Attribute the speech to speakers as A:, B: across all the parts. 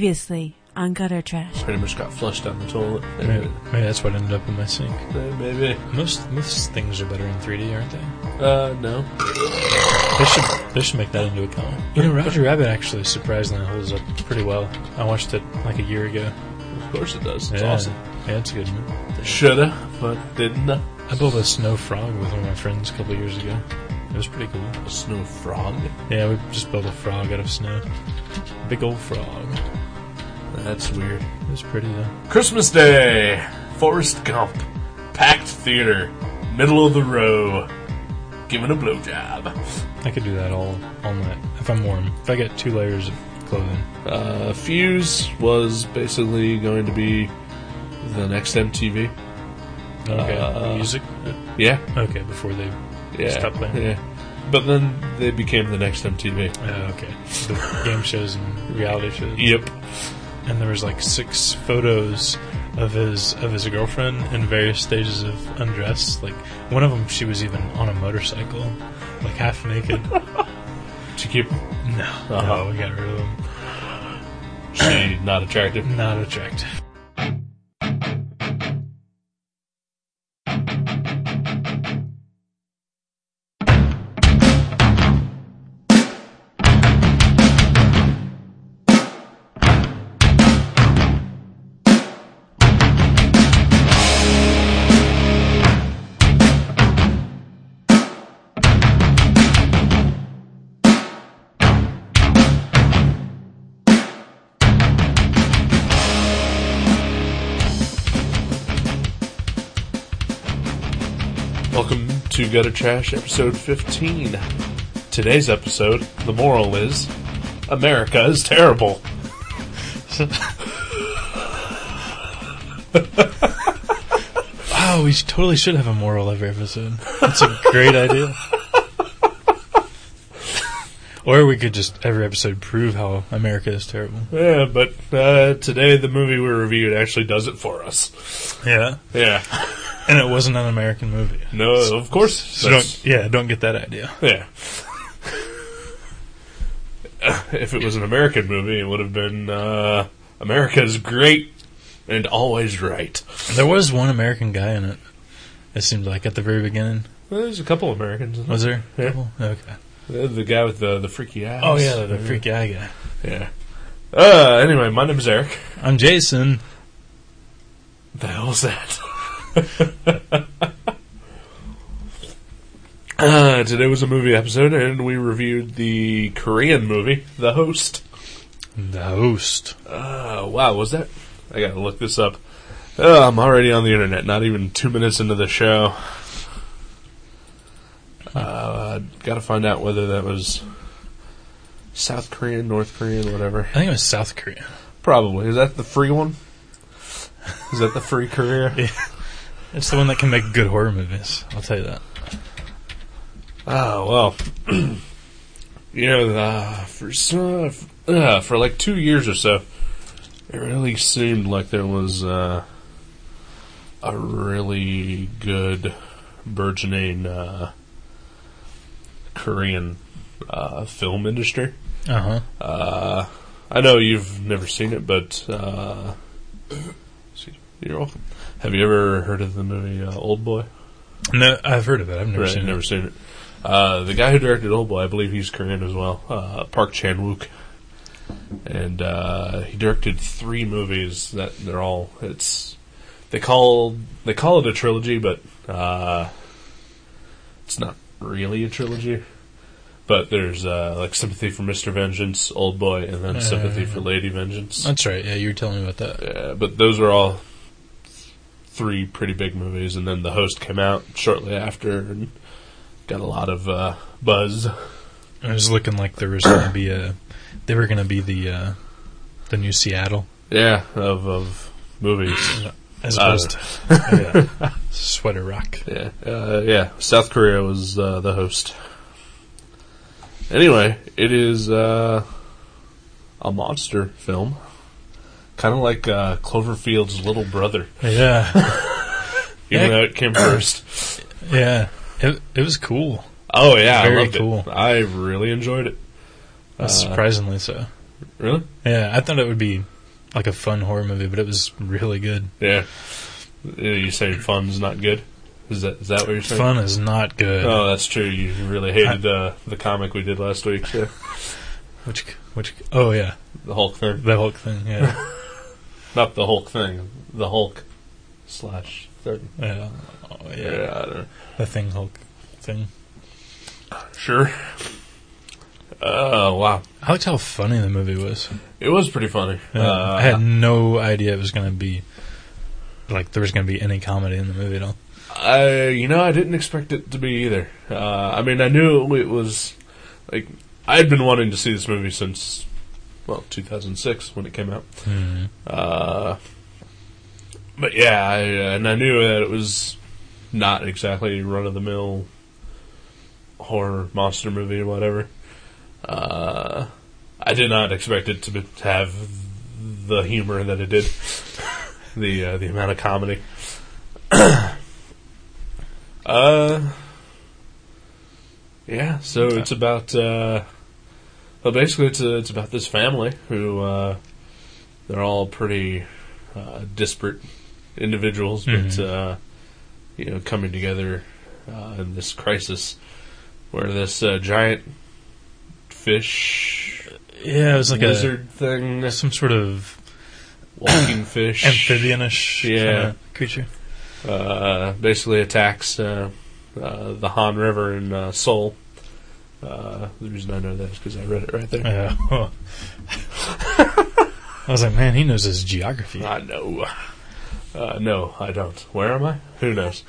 A: Previously on Gutter Trash.
B: Pretty much got flushed down the toilet.
C: Maybe, maybe that's what ended up in my sink.
B: Uh, Maybe.
C: Most most things are better in 3D, aren't they?
B: Uh, no.
C: They should they should make that into a comic. You know, Roger Rabbit actually surprisingly holds up pretty well. I watched it like a year ago.
B: Of course it does. It's
C: yeah.
B: awesome.
C: Yeah, it's good.
B: Shoulda, but didn't. uh,
C: I built a snow frog with one of my friends a couple years ago. It was pretty cool.
B: A snow frog.
C: Yeah, we just built a frog out of snow. Big old frog.
B: That's weird.
C: It was pretty uh, though.
B: Christmas Day. Forrest Gump. Packed theater. Middle of the row. Given a blowjob.
C: I could do that all all night if I'm warm. If I get two layers of clothing.
B: Uh, Fuse was basically going to be the next MTV.
C: Okay.
B: Uh,
C: Music.
B: Yeah.
C: Okay, before they.
B: Yeah.
C: Stop playing.
B: Yeah. But then they became the next MTV.
C: Uh, okay. The game shows and reality shows.
B: Yep.
C: and there was like six photos of his of his girlfriend in various stages of undress. Like one of them, she was even on a motorcycle, like half naked. no,
B: To keep
C: no, we got rid of them.
B: she not attractive.
C: Not attractive.
B: Welcome to Gutter Trash, episode 15. Today's episode, the moral is America is terrible.
C: Wow, we totally should have a moral every episode. That's a great idea. Or we could just every episode prove how America is terrible.
B: Yeah, but uh, today the movie we reviewed actually does it for us.
C: Yeah,
B: Yeah.
C: and it wasn't an American movie.
B: No, of course.
C: So
B: that's-
C: don't, yeah, don't get that idea.
B: yeah. if it was an American movie, it would have been uh, America is great and always right.
C: There was one American guy in it. It seemed like at the very beginning.
B: Well, there's a couple Americans. in
C: Was there?
B: Yeah.
C: Couple? Okay.
B: it? The guy with the, the freaky eyes.
C: Oh yeah, the freaky eye guy.
B: Yeah. Uh, anyway, my name's Eric.
C: I'm Jason.
B: The hell's that? uh, today was a movie episode, and we reviewed the Korean movie, The Host.
C: The host.
B: Uh, wow, was that? I gotta look this up. Uh, I'm already on the internet, not even two minutes into the show. Uh, gotta find out whether that was South Korean, North Korean, whatever.
C: I think it was South Korea.
B: Probably. Is that the free one? Is that the free Korea?
C: It's the one that can make good horror movies. I'll tell you that.
B: Oh well, you know, uh, for so, uh, for like two years or so, it really seemed like there was uh, a really good burgeoning uh, Korean uh, film industry.
C: Uh huh.
B: Uh, I know you've never seen it, but uh, excuse me, you're welcome. Have you ever heard of the movie uh, Old Boy?
C: No, I've heard of it. I've never
B: Right,
C: seen
B: never
C: it.
B: seen it. Uh, the guy who directed Old Boy, I believe he's Korean as well, uh, Park Chan Wook, and uh, he directed three movies that they're all it's they call they call it a trilogy, but uh, it's not really a trilogy. But there's uh, like Sympathy for Mr. Vengeance, Old Boy, and then Sympathy for Lady Vengeance.
C: That's right. Yeah, you were telling me about that.
B: Uh, but those are all three pretty big movies, and then The Host came out shortly after and got a lot of uh, buzz.
C: It was looking like there was going to be a. They were going to be the, uh, the new Seattle
B: Yeah, of of movies.
C: as
B: Uh,
C: opposed to Ah. yeah, Sweater Rock.
B: yeah, uh, yeah. South Korea was uh, The Host. Anyway, it is uh, a monster film, kind of like uh, Cloverfield's little brother,
C: Yeah,
B: even
C: Yeah.
B: though it came first.
C: yeah. It it was cool.
B: Oh yeah,
C: Very
B: I loved
C: cool.
B: it. I really enjoyed it.
C: surprisingly so.
B: Really?
C: Uh. Yeah, I thought it would be like a fun horror movie, but it was really good.
B: Yeah. You saying fun's not good? Is that is that what you're saying?
C: Fun is not good.
B: Oh, that's true. You really hated uh, the comic we did last week, yeah.
C: Which which oh yeah,
B: the Hulk thing.
C: the Hulk thing. Yeah,
B: Not the Hulk thing. The Hulk slash third.
C: yeah, oh, yeah.
B: I don't know.
C: The thing Hulk thing.
B: Sure. Uh, wow.
C: I liked how funny the movie was.
B: It was pretty funny.
C: Yeah.
B: Uh,
C: I had no idea it was going to be like there was going to be any comedy in the movie at all.
B: I, you know, I didn't expect it to be either. Uh, I mean, I knew it was like I had been wanting to see this movie since well 2006 when it came out.
C: Mhm.
B: Uh, but yeah, I, uh, and I knew that it was not exactly run of the mill horror monster movie or whatever. Uh, I did not expect it to, be, to have the humor that it did, the uh, the amount of comedy. uh, yeah. So it's about uh, well, basically it's uh, it's about this family who uh, they're all pretty uh, disparate individuals, but
C: Mhm.
B: uh, you know, coming together uh, in this crisis where this uh, giant fish
C: Yeah, it was like
B: lizard thing,
C: a some sort of
B: walking fish,
C: amphibianish
B: Yeah.
C: kinda creature.
B: uh, basically attacks uh, uh, the Han River in uh, Seoul. Uh, the reason I know that is because I read it right there.
C: Yeah. I was like, man, he knows his geography.
B: I know. Uh, no, I don't. Where am I? Who knows?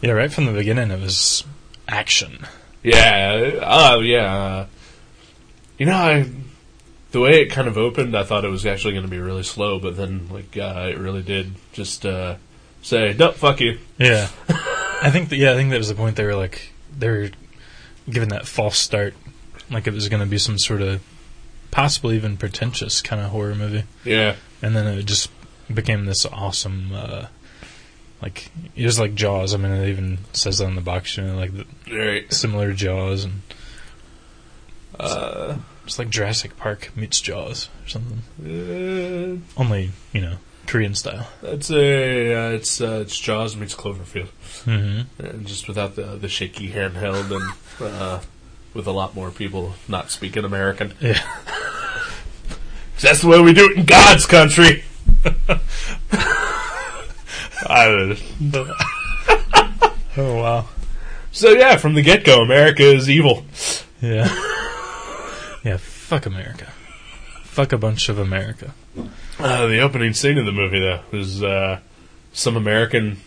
C: Yeah, right from the beginning, it was action.
B: Yeah. Oh, yeah. uh, You know, I, the way it kind of opened, I thought it was actually going to be really slow, but then like uh, it really did just uh, say, "Nope, fuck you."
C: Yeah, I think that. Yeah, I think that was the point. They were like they were given that false start, like it was going to be some sort of possibly even pretentious kind of horror movie,
B: Yeah.
C: and then it just became this awesome. Uh, like it was like Jaws. I mean, it even says that on the box. You know, like the
B: All right.
C: similar Jaws, and
B: Uh,
C: it's like Jurassic Park meets Jaws or something.
B: uh,
C: Only you know Korean style.
B: I'd say uh, it's uh, it's Jaws meets Cloverfield,
C: Mm-hmm.
B: and just without the the shaky handheld and uh, with a lot more people not speaking American.
C: Yeah.
B: 'Cause That's the way we do it in God's country. I don't know.
C: Oh wow.
B: So yeah, from the get go, America is evil.
C: Yeah. yeah, fuck America. Fuck a bunch of America.
B: Uh, the opening scene of the movie, though, was uh, some American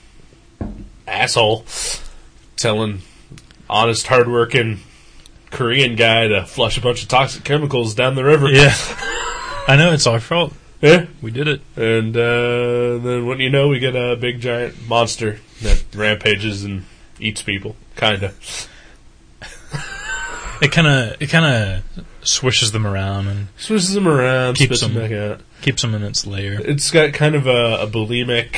B: asshole telling honest, hardworking Korean guy to flush a bunch of toxic chemicals down the river.
C: Yeah. I know it's our fault.
B: Yeah.
C: We did it.
B: And uh, then, what do you know? We get a big giant monster that rampages and eats people. Kinda.
C: It kind of it kind of swishes them around and
B: Swishes them around,
C: Keeps
B: spits them
C: them-
B: back out.
C: keeps them in its lair.
B: It's got kind of a, a bulimic,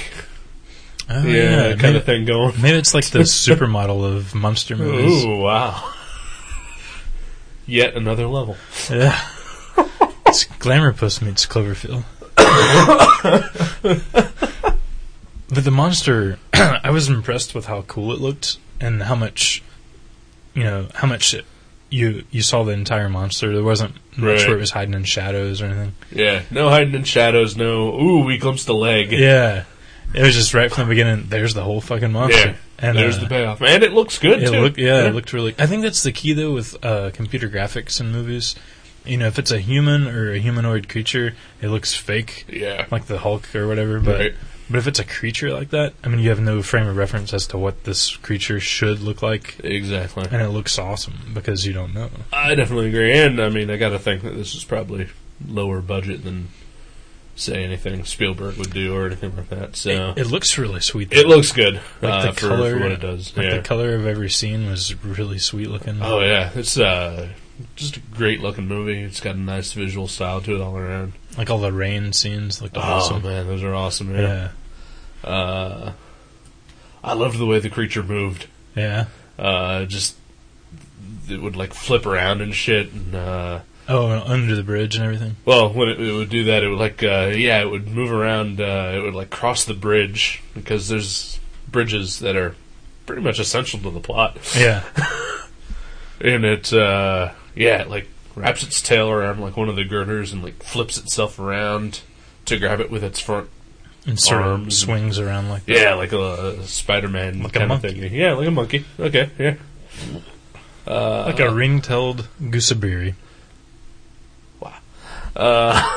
C: Oh,
B: yeah, kind
C: maybe,
B: of thing going.
C: Maybe it's like the supermodel of monster movies.
B: Ooh, wow. Yet another level.
C: Yeah. It's Glamour Puss meets Cloverfield. but the monster, I was impressed with how cool it looked and how much, you know, how much it, you you saw the entire monster. There wasn't much
B: Right.
C: where it was hiding in shadows or anything.
B: Yeah, no hiding in shadows, no, ooh, we glimpsed a leg.
C: Yeah. It was just right from the beginning. There's the whole fucking monster.
B: Yeah.
C: And
B: There's
C: uh,
B: the payoff. And it looks good,
C: It
B: too.
C: looked, yeah, it looked really. I think that's the key though with uh, computer graphics in movies. You know, if it's a human or a humanoid creature, it looks fake,
B: Yeah.
C: like the Hulk or whatever. But
B: Right.
C: but if it's a creature like that, I mean, you have no frame of reference as to what this creature should look like,
B: Exactly.
C: and it looks awesome because you don't know.
B: I definitely agree. And, I mean, I gotta think that this is probably lower budget than, say, anything Spielberg would do or anything like that, so.
C: It, it looks really sweet.
B: It looks good
C: Like
B: uh,
C: the
B: for,
C: color-
B: for what it does.
C: like
B: yeah.
C: the color of every scene was really sweet looking.
B: oh yeah, it's uh, just a great looking movie. It's got a nice visual style to it all around.
C: Like all the rain scenes looked
B: Oh
C: awesome.
B: man, those are awesome. Yeah.
C: Yeah,
B: Uh, I loved the way the creature moved.
C: yeah,
B: Uh, just it would like flip around and shit, and uh,
C: Oh, and under the bridge and everything.
B: well, when it, it would do that, it would like uh, yeah, it would move around. Uh, it would like cross the bridge because there's bridges that are pretty much essential to the plot,
C: Yeah.
B: and it uh, yeah, it, like wraps its tail around like one of the girders and like flips itself around to grab it with its front.
C: And sort of
B: Arms.
C: swings around like that.
B: Yeah, like a uh, Spider-Man
C: Like a
B: kind of
C: monkey.
B: thing. Yeah, like a monkey. Okay, yeah. Uh,
C: Like a ring-tailed gooseberry.
B: But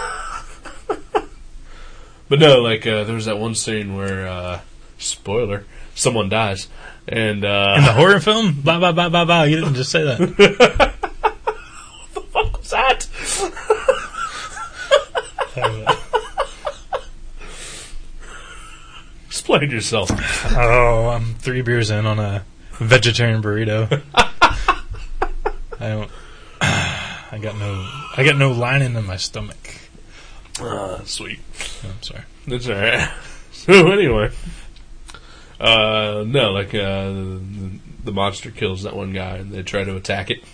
B: no, like uh, there was that one scene where uh, spoiler, someone dies, and
C: In the
B: uh,
C: horror film? Blah, blah, blah, blah, blah. You didn't just say that.
B: what was that? Explain yourself.
C: oh, I'm three beers in on a vegetarian burrito. I don't... I got no... I got no lining in my stomach. Oh,
B: Ah, sweet.
C: I'm sorry.
B: That's alright. So anyway, uh, no, like uh, the, the monster kills that one guy, and they try to attack it,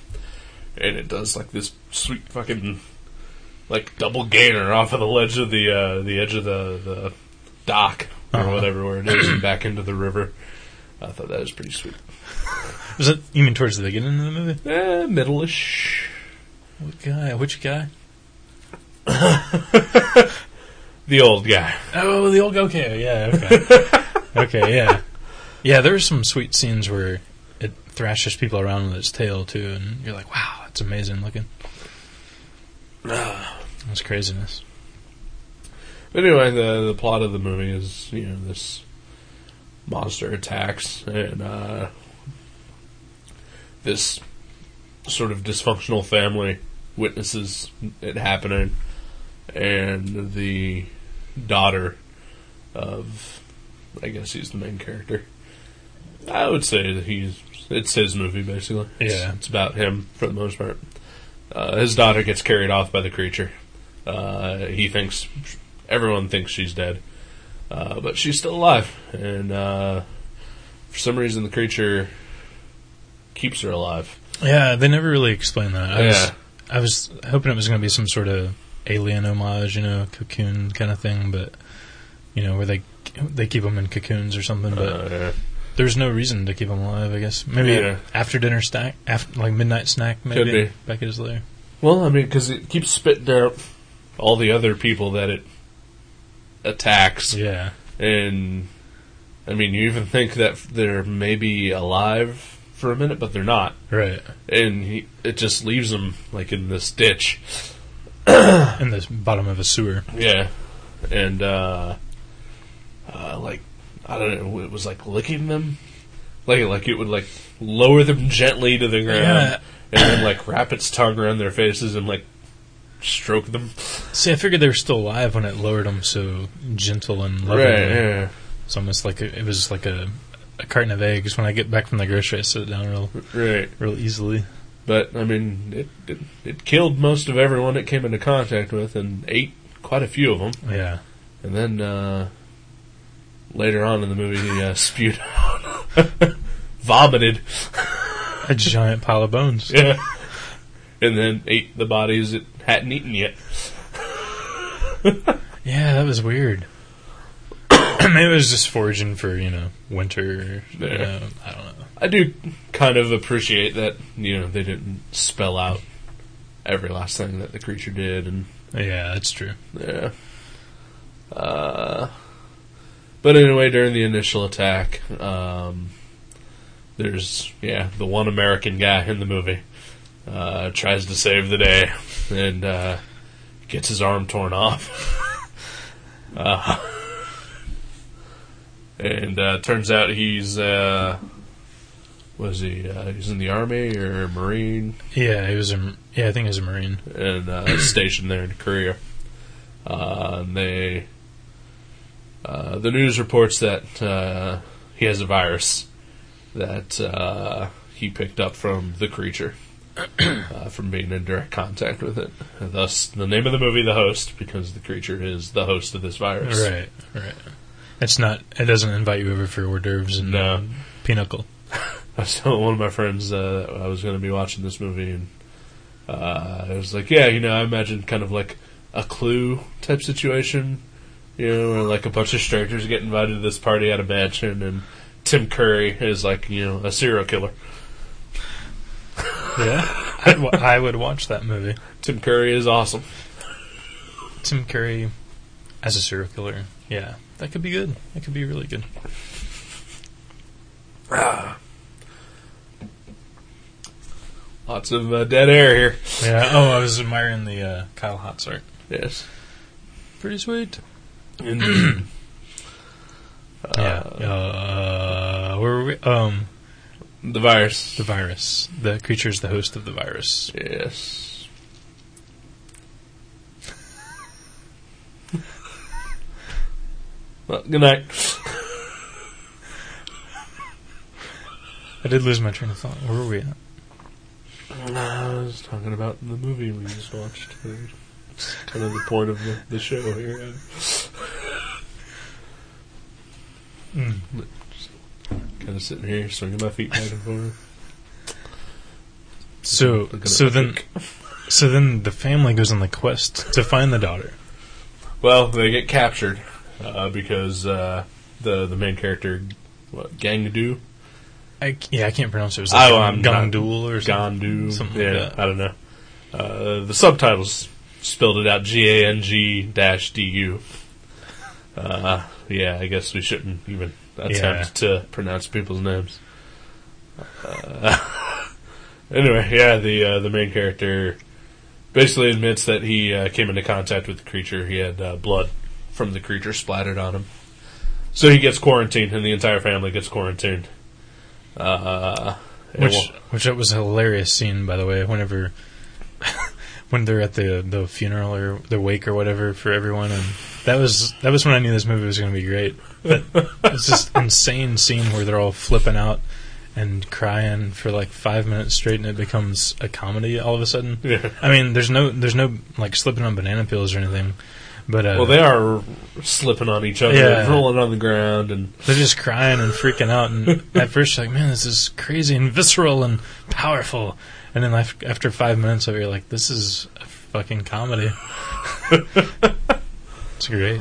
B: and it does like this sweet fucking like double gainer off of the ledge of the uh, the edge of the the dock or
C: Uh-huh.
B: whatever where it is, and back into the river. I thought that was pretty sweet.
C: Was it even towards the beginning of the movie?
B: Eh, middle-ish.
C: What guy? Which guy?
B: The old guy.
C: Oh, the old okay, yeah, okay, okay, yeah, yeah. There are some sweet scenes where it thrashes people around with its tail too, and you're like, wow, it's amazing looking. That's craziness.
B: But anyway, the the plot of the movie is you know this monster attacks and uh, this sort of dysfunctional family witnesses it happening, and the daughter of I guess he's the main character. I would say that he's it's his movie basically. It's-
C: Yeah.
B: it's about him for the most part. Uh, his daughter gets carried off by the creature. Uh, he thinks everyone thinks she's dead, uh, but she's still alive. And uh, for some reason, the creature keeps her alive.
C: Yeah, they never really explain that. I
B: Yeah.
C: was, I was hoping it was going to be some sort of alien homage, you know, cocoon kind of thing, but you know, where they they keep them in cocoons or something, but.
B: Uh, yeah.
C: There's no reason to keep him alive, I guess. Maybe
B: Yeah.
C: after dinner snack, after like midnight snack, maybe
B: Could be.
C: back at his lair.
B: Well, I mean, because it keeps spitting out all the other people that it attacks,
C: Yeah,
B: and I mean, you even think that they're maybe alive for a minute, but they're not,
C: right.
B: and he, it just leaves them like in this ditch.
C: In the bottom of a sewer.
B: Yeah, and uh, uh, like I don't know, it was like licking them, like like it would like lower them gently to the ground,
C: Yeah.
B: and then like wrap its tongue around their faces and like stroke them.
C: See, I figured they were still alive when it lowered them so gentle and loving.
B: yeah.
C: It's almost like a, it was like a, a carton of eggs. When I get back from the grocery, I sit down real,
B: right.
C: real easily.
B: But I mean, it, it it killed most of everyone it came into contact with, and ate quite a few of them.
C: Yeah.
B: And then uh, later on in the movie, he uh, spewed out, vomited.
C: A giant pile of bones.
B: Yeah. And then ate the bodies it hadn't eaten yet.
C: Yeah, that was weird. Maybe it was just foraging for you know winter. you
B: Yeah.
C: know, I don't know.
B: I do kind of appreciate that, you know, they didn't spell out every last thing that the creature did and
C: Yeah, that's true.
B: yeah. Uh but anyway, during the initial attack, um, there's yeah the one American guy in the movie uh, tries to save the day and uh, gets his arm torn off. uh, and uh, turns out he's uh, was he uh, he's in the army or marine
C: Yeah, he was a. Yeah, I think he was a marine.
B: and uh, stationed there in Korea. Uh, and they, uh, the news reports that uh, he has a virus that uh, he picked up from the creature uh, from being in direct contact with it. And thus, the name of the movie, The Host, because the creature is the host of this virus.
C: Right, right. It's not. It doesn't invite you over for hors d'oeuvres and
B: No.
C: uh, pinochle.
B: I was telling one of my friends uh, I was going to be watching this movie, and uh, I was like, yeah, you know, I imagine kind of like a clue type situation, you know, where like a bunch of strangers get invited to this party at a mansion, and Tim Curry is like, you know, a serial killer.
C: Yeah, I'd wa- I would watch that movie.
B: Tim Curry is awesome.
C: Tim Curry as a serial killer. Yeah, that could be good. That could be really good.
B: Lots of uh, dead air here.
C: Yeah. Oh, I was admiring the uh, Kyle Hotz art.
B: Yes.
C: Pretty sweet.
B: Indeed.
C: yeah.
B: Uh,
C: Uh, where were we? Um,
B: the virus.
C: the virus. The creature is the host of the virus.
B: Yes. well, good night.
C: I did lose my train of thought. Where were we at?
B: I was talking about the movie we just watched. It's kind of the point of the, the show here.
C: Mm.
B: Kind of sitting here, swinging my feet back and forth.
C: So,
B: Looking at
C: so
B: the
C: then,
B: book.
C: so then the family goes on the quest to find the daughter.
B: Well, they get captured uh, because uh, the the main character, what, Gangdu?
C: I, c- yeah, I can't pronounce it. It was
B: Oh,
C: like
B: I'm not-
C: Gondul or something.
B: Gandu.
C: Something
B: yeah,
C: like that.
B: I don't know. Uh, the subtitles spelled it out G A N G dash D U. Uh, yeah, I guess we shouldn't even attempt to pronounce people's names. Uh, anyway, yeah, the uh, the main character basically admits that he uh, came into contact with the creature. He had uh, blood from the creature splattered on him. So he gets quarantined, and the entire family gets quarantined. Uh, and
C: Which,
B: won't-
C: which that was a hilarious scene, by the way. Whenever, when they're at the the funeral or the wake or whatever for everyone, and that was that was when I knew this movie was going to be great. But it's this insane scene where they're all flipping out and crying for like five minutes straight, and it becomes a comedy all of a sudden.
B: Yeah.
C: I mean, there's no there's no like slipping on banana peels or anything, but uh,
B: Well, they are slipping on each other,
C: Yeah.
B: and rolling on the ground, and
C: They're just crying and freaking out, and at first you're like, "Man, this is crazy and visceral and powerful," and then af- after five minutes of it, you're like, "This is a fucking comedy." it's great.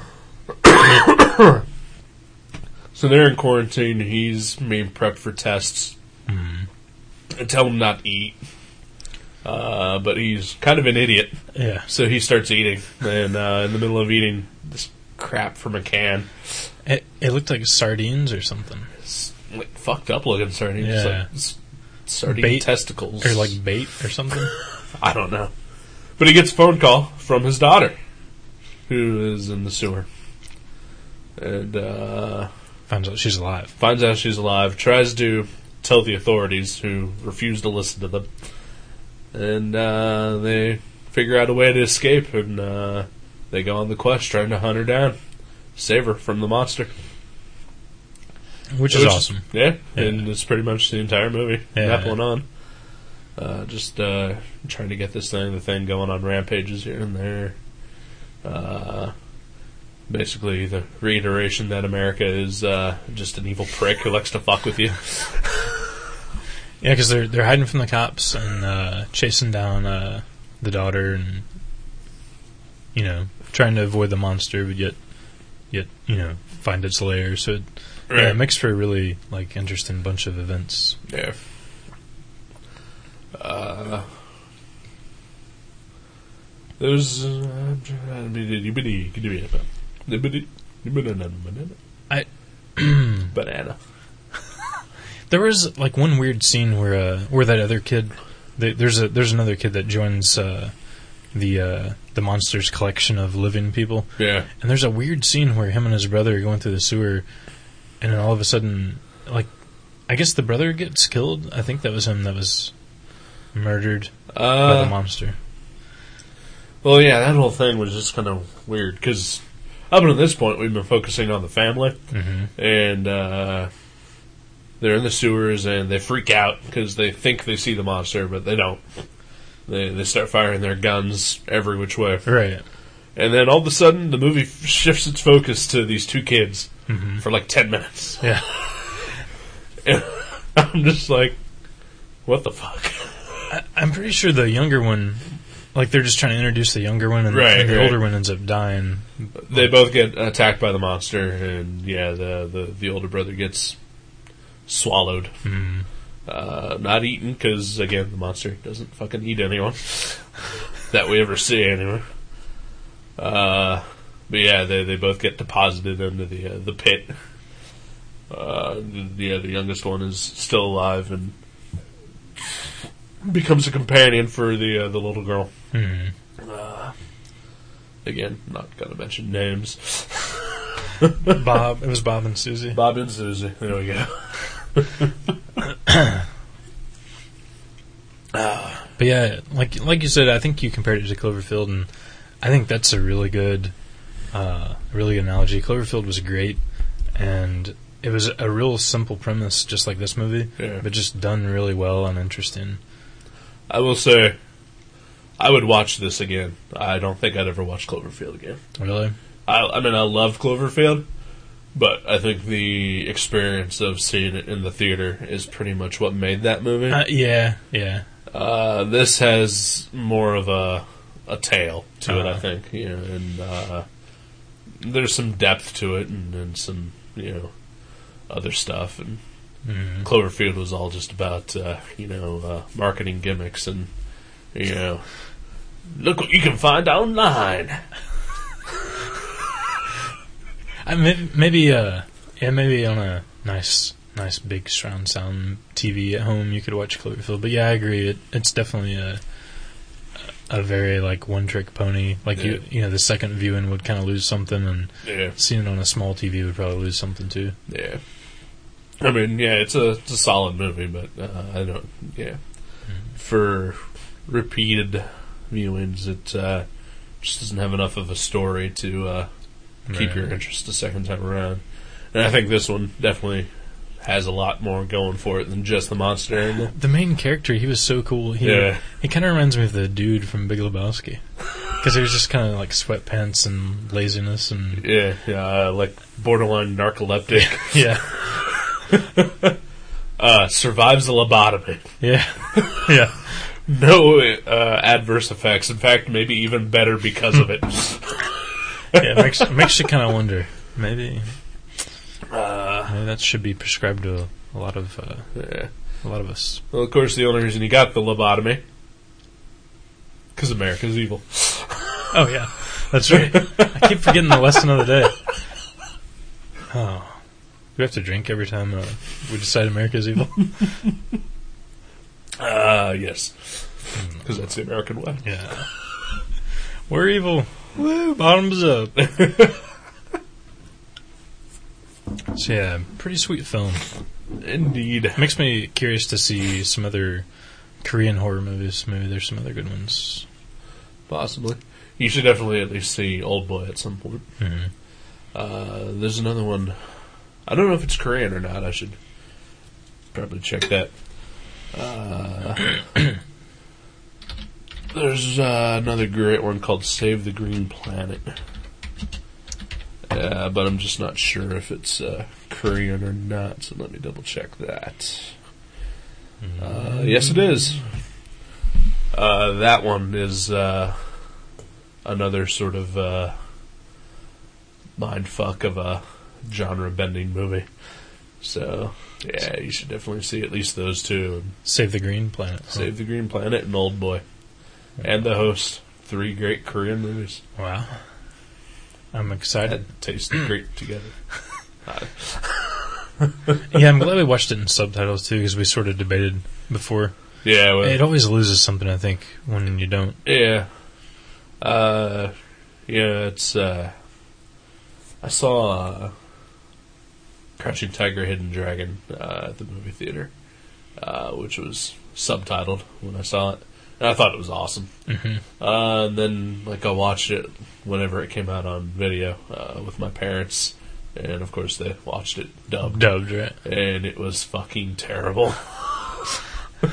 B: so they're in quarantine. He's being prepped for tests.
C: Hmm.
B: I tell him not to eat, uh, but he's kind of an idiot,
C: Yeah,
B: so he starts eating, and uh, in the middle of eating this crap from a can,
C: it, it looked like sardines or something,
B: it's like fucked up looking sardines,
C: Yeah.
B: like s- sardine
C: Bait-
B: testicles,
C: or like bait or something.
B: I don't know. But he gets a phone call from his daughter, who is in the sewer, and. uh...
C: Finds out she's alive.
B: finds out she's alive, tries to tell the authorities, who refuse to listen to them, and uh, they figure out a way to escape, and uh, they go on the quest trying to hunt her down, save her from the monster,
C: Which is awesome.
B: Yeah,
C: Yeah.
B: and it's pretty much the entire movie.
C: Yeah.
B: That one on. Uh, just uh, trying to get this thing, the thing going on rampages here and there. Uh, basically, the reiteration that America is uh, just an evil prick who likes to fuck with you.
C: Yeah, because they're they're hiding from the cops and uh, chasing down uh, the daughter and you know trying to avoid the monster, but yet yet you know find its lair. So it, yeah, it makes for a really like interesting bunch of events.
B: Yeah. Uh, there's. Uh, I'm trying to-
C: I-
B: banana.
C: There was like one weird scene where uh, where that other kid th there's a there's another kid that joins uh, the uh, the monster's collection of living people.
B: Yeah.
C: And there's a weird scene where him and his brother are going through the sewer, and then all of a sudden, like, I guess the brother gets killed. I think that was him that was murdered by the
B: Uh,
C: monster.
B: well, yeah, that whole thing was just kind of weird because up until this point, we've been focusing on the family.
C: hmm
B: and uh, they're in the sewers and they freak out because they think they see the monster, but they don't. They they start firing their guns every which way,
C: Right.
B: and then all of a sudden the movie f- shifts its focus to these two kids
C: hmm
B: for like ten minutes.
C: Yeah.
B: I'm just like, what the fuck?
C: I, I'm pretty sure the younger one, like they're just trying to introduce the younger one, and,
B: Right,
C: and the
B: right.
C: older one ends up dying.
B: They both get attacked by the monster, and yeah, the the, the older brother gets swallowed,
C: Mm.
B: uh, not eaten because again, the monster doesn't fucking eat anyone that we ever see anyway. Uh, but yeah, they they both get deposited into the uh, the pit. Uh, the, yeah, the youngest one is still alive and becomes a companion for the uh, the little girl.
C: Mm.
B: Again, not gonna mention names.
C: Bob, it was Bob and Susie.
B: Bob and Susie. There we go.
C: But yeah, like like you said, I think you compared it to Cloverfield, and I think that's a really good, uh, really good analogy. Cloverfield was great, and it was a real simple premise, just like this movie,
B: Yeah.
C: but just done really well and interesting.
B: I will say, I would watch this again. I don't think I'd ever watch Cloverfield again.
C: Really,
B: I, I mean, I love Cloverfield, but I think the experience of seeing it in the theater is pretty much what made that movie.
C: uh, yeah, yeah,
B: Uh, this has more of a a tale to it, I
C: Uh-huh.
B: think. You know, and uh, there's some depth to it, and, and some you know other stuff. And
C: mm.
B: Cloverfield was all just about uh, you know uh, marketing gimmicks and you know look what you can find online.
C: I may, maybe, uh, yeah, maybe on a nice, nice big surround sound TV at home, you could watch Cloverfield. But yeah, I agree. It, it's definitely a a very like one trick pony. Like you, you know, the second viewing would kind of lose something, and
B: Yeah,
C: seeing it on a small TV would probably lose something too.
B: yeah. I mean, yeah, it's a it's a solid movie, but uh, I don't. Yeah, Mm-hmm. for repeated viewings, it uh, just doesn't have enough of a story to uh, keep
C: Right.
B: your interest the second time around. And I think this one definitely has a lot more going for it than just the monster angle.
C: The main character, he was so cool. He,
B: Yeah.
C: He kind of reminds me of the dude from Big Lebowski. Because he was just kind of like sweatpants and laziness and.
B: Yeah, yeah, uh, like borderline narcoleptic.
C: Yeah.
B: uh, survives a lobotomy.
C: Yeah. yeah.
B: No uh, adverse effects. In fact, maybe even better because of it.
C: Yeah. It makes, makes you kind of wonder. Maybe,
B: Uh,
C: maybe that should be prescribed to a lot of uh,
B: yeah.
C: a lot of us.
B: Well, of course, the only reason he got the lobotomy because America's evil.
C: Oh yeah, that's right. I keep forgetting the lesson of the day. Oh, we have to drink every time uh, we decide America's evil.
B: Uh, yes, because that's the American way.
C: Hmm. Yeah. We're evil. Woo, bottoms up. so yeah, pretty sweet film.
B: Indeed.
C: Makes me curious to see some other Korean horror movies. Maybe there's some other good ones.
B: Possibly. You should definitely at least see Old Boy at some point.
C: Mhm.
B: Uh, there's another one. I don't know if it's Korean or not. I should probably check that. Uh, there's uh, another great one called Save the Green Planet. Uh, but I'm just not sure if it's uh, Korean or not, so let me double check that. Uh, yes, it is. Uh, that one is uh, another sort of uh, mind fuck of a genre bending movie. So, yeah, you should definitely see at least those two and
C: Save the Green Planet. huh?
B: Save the Green Planet and Old Boy. And The Host. Three great Korean movies
C: Wow. I'm excited.
B: that taste great together.
C: yeah, I'm glad we watched it in subtitles too, because we sort of debated before.
B: Yeah, well,
C: It always loses something, I think, when you don't.
B: Yeah. Uh, yeah, it's, uh, I saw, uh, Crouching Tiger, Hidden Dragon, uh, at the movie theater, uh, which was subtitled when I saw it. And I thought it was awesome.
C: hmm
B: Uh, and then, like, I watched it whenever it came out on video, uh, with my parents. And of course, they watched it dubbed,
C: Dubbed, right?
B: and it was fucking terrible.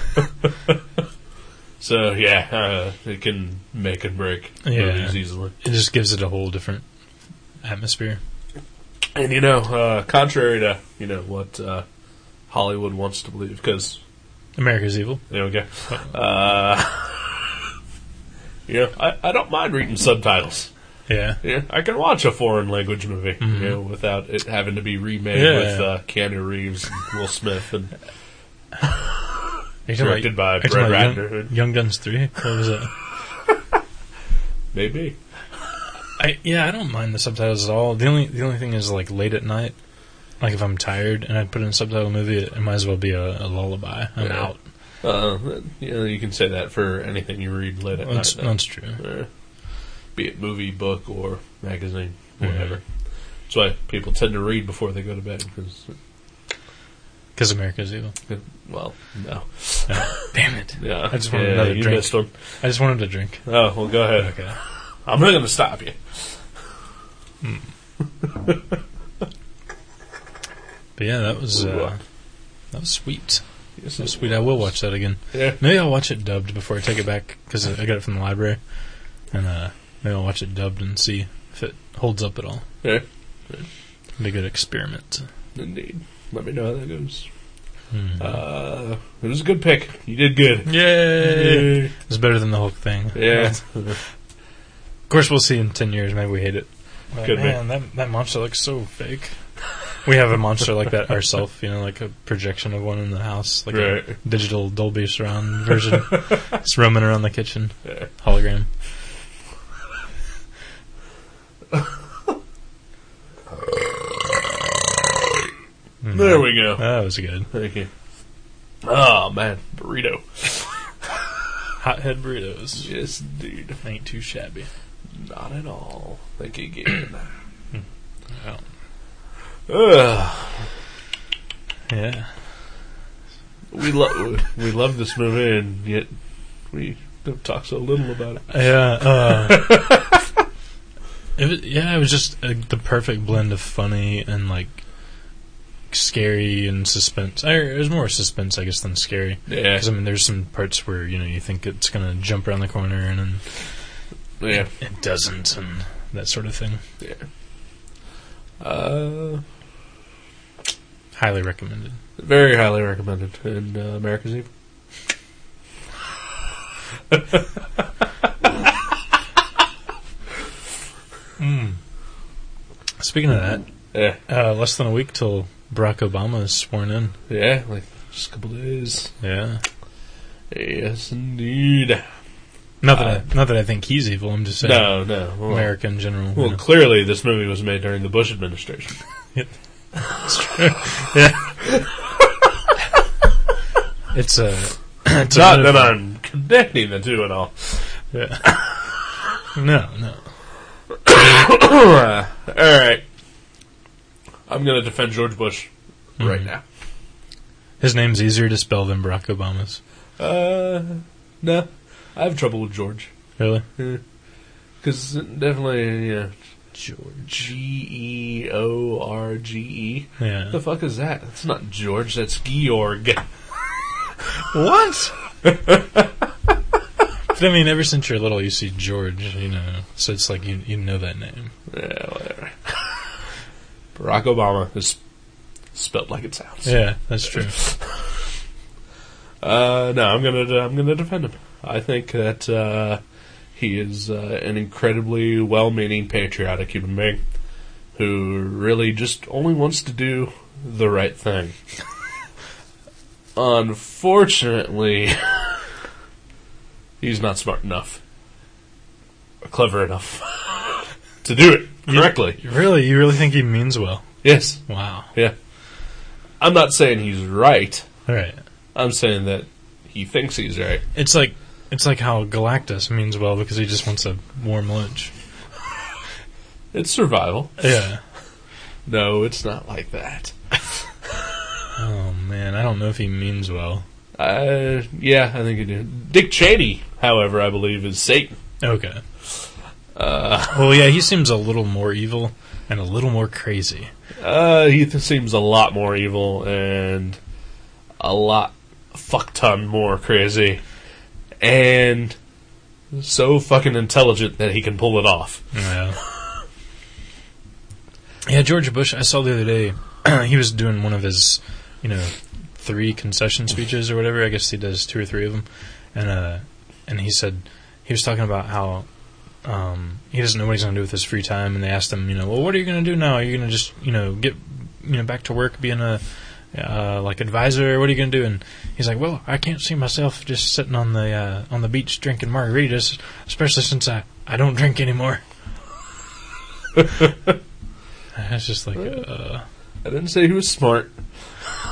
B: so yeah, uh, it can make and break
C: Yeah.
B: movies easily.
C: It just gives it a whole different atmosphere.
B: And you know, uh, contrary to you know what uh, Hollywood wants to believe because
C: America's Evil.
B: there we go. Uh, you know, I, I don't mind reading subtitles.
C: Yeah.
B: Yeah, I can watch a foreign language movie
C: Mhm.
B: you know, without it having to be remade
C: Yeah.
B: with uh, Keanu Reeves and Will Smith and
C: Are you talking
B: directed
C: about-
B: by
C: are you talking
B: Brett
C: about
B: Ratner.
C: Young, Young Guns 3? What was it?
B: Maybe.
C: I, yeah, I don't mind the subtitles at all. The only the only thing is like late at night, like if I'm tired and I put in a subtitle movie, it, it might as well be a, a lullaby. I'm
B: Yeah.
C: out.
B: Uh, you know, you can say that for anything you read late at
C: That's,
B: night.
C: that's true.
B: Uh, be it movie, book, or magazine,
C: Yeah.
B: whatever. That's why people tend to read before they go to bed because,
C: Because America's evil.
B: well, no.
C: Damn it!
B: Yeah,
C: I just wanted
B: Yeah,
C: another
B: you
C: drink.
B: missed one.
C: I just wanted a drink.
B: Oh well, go ahead.
C: Okay.
B: I'm not going to stop you.
C: But yeah, that was
B: Ooh,
C: uh,
B: uh,
C: that was sweet.
B: Yes,
C: That was sweet. I will watch that again.
B: Yeah,
C: Maybe I'll watch it dubbed before I take it back because I got it from the library, and uh, maybe I'll watch it dubbed and see if it holds up at all.
B: Yeah.
C: Be a good experiment.
B: indeed. Let me know how that goes.
C: Hmm.
B: Uh, it was a good pick. You did good.
C: Yay! It's better than the Hulk thing.
B: Yeah.
C: Of course, we'll see in 10 years. Maybe we hate it. We're like,
B: Could be.
C: man, that, that monster looks so fake. We have a monster like that ourselves, you know, like a projection of one in the house, like
B: Right.
C: a Mm-hmm. digital Dolby surround version. it's roaming around the kitchen.
B: Yeah.
C: Hologram. Mm.
B: There we go.
C: That was good.
B: Thank you. Oh man, burrito.
C: Hothead burritos.
B: Yes, indeed.
C: Ain't too shabby.
B: Not at all. Thank you again. Hmm.
C: Well,
B: Ugh.
C: yeah.
B: we love we love this movie, and yet we don't talk so little about it.
C: Yeah. Uh, it was, yeah, it was just uh, the perfect blend of funny and like scary and suspense. I, it was more suspense, I guess, than scary.
B: Yeah,
C: Because I mean, there's some parts where you know you think it's gonna jump around the corner and then
B: yeah,
C: it doesn't, and that sort of thing.
B: yeah. Uh,
C: Highly recommended.
B: very highly recommended. And uh, America's Evil.
C: Speaking of that,
B: Yeah,
C: uh, less than a week till Barack Obama is sworn in.
B: yeah. Like just a couple days.
C: Yeah.
B: Yes, indeed.
C: Not that I, not that I think he's evil. I'm just saying
B: No, no. Well,
C: America in general. you
B: well,
C: know.
B: clearly this movie was made during the Bush administration.
C: It's a. It's a
B: Not
C: metaphor.
B: that I'm connecting the two at all.
C: Yeah. no, no.
B: all right. I'm going to defend George Bush right
C: Mhm.
B: now.
C: His name's easier to spell than Barack Obama's.
B: Uh, no, I have trouble with George
C: Really?
B: because definitely yeah,
C: George.
B: G E O R G E. The
C: Yeah.
B: fuck is that? That's not George. That's Georg.
C: What? but I mean, ever since you're little, you see George, you know, so it's like you you know that name.
B: Yeah, whatever. Barack Obama is spelled like it sounds.
C: Yeah, that's true.
B: Uh, no, I'm gonna I'm gonna defend him. I think that uh, he is uh, an incredibly well-meaning, patriotic human being who really just only wants to do the right thing. Unfortunately, he's not smart enough, or clever enough to do it correctly.
C: Really, you really think he means well?
B: Yes,
C: Wow.
B: yeah. I'm not saying he's right.
C: All right.
B: I'm saying that he thinks he's right.
C: It's like it's like how Galactus means well because he just wants a warm lunch.
B: It's survival.
C: Yeah.
B: No, it's not like that.
C: Oh man, I don't know if he means well.
B: Uh, yeah, I think it is. Dick Cheney, however, I believe is Satan.
C: Okay. Uh, well, yeah, he seems a little more evil and a little more crazy.
B: Uh, he th- seems a lot more evil and a lot a fuck ton more crazy, and so fucking intelligent that he can pull it off.
C: Yeah. yeah, George Bush. I saw the other day he was doing one of his you know, three concession speeches or whatever. I guess he does two or three of them, and uh, and he said he was talking about how um, he doesn't know what he's going to do with his free time, and they asked him, you know, well, what are you going to do now? Are you going to just you know get you know back to work being a uh, like advisor? What are you going to do? And he's like, well, I can't see myself just sitting on the uh, on the beach drinking margaritas, especially since I I don't drink anymore. I was just like, uh,
B: I didn't say he was smart.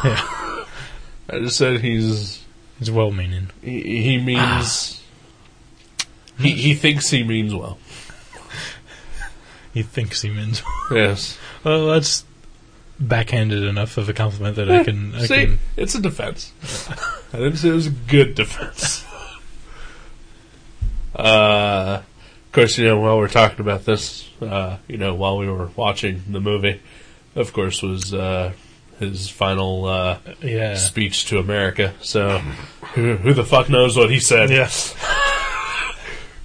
C: Yeah.
B: I just said he's
C: he's well-meaning.
B: he, he means he he thinks he means well.
C: He thinks he means
B: Yes.
C: Well, that's backhanded enough of a compliment that I can. I
B: See,
C: can
B: it's a defense. I didn't say it was a good defense. uh, of course, you know, while we're talking about this, uh, you know, while we were watching the movie, of course, was uh, his final uh,
C: yeah.
B: speech to America. So, who, who the fuck knows what he said?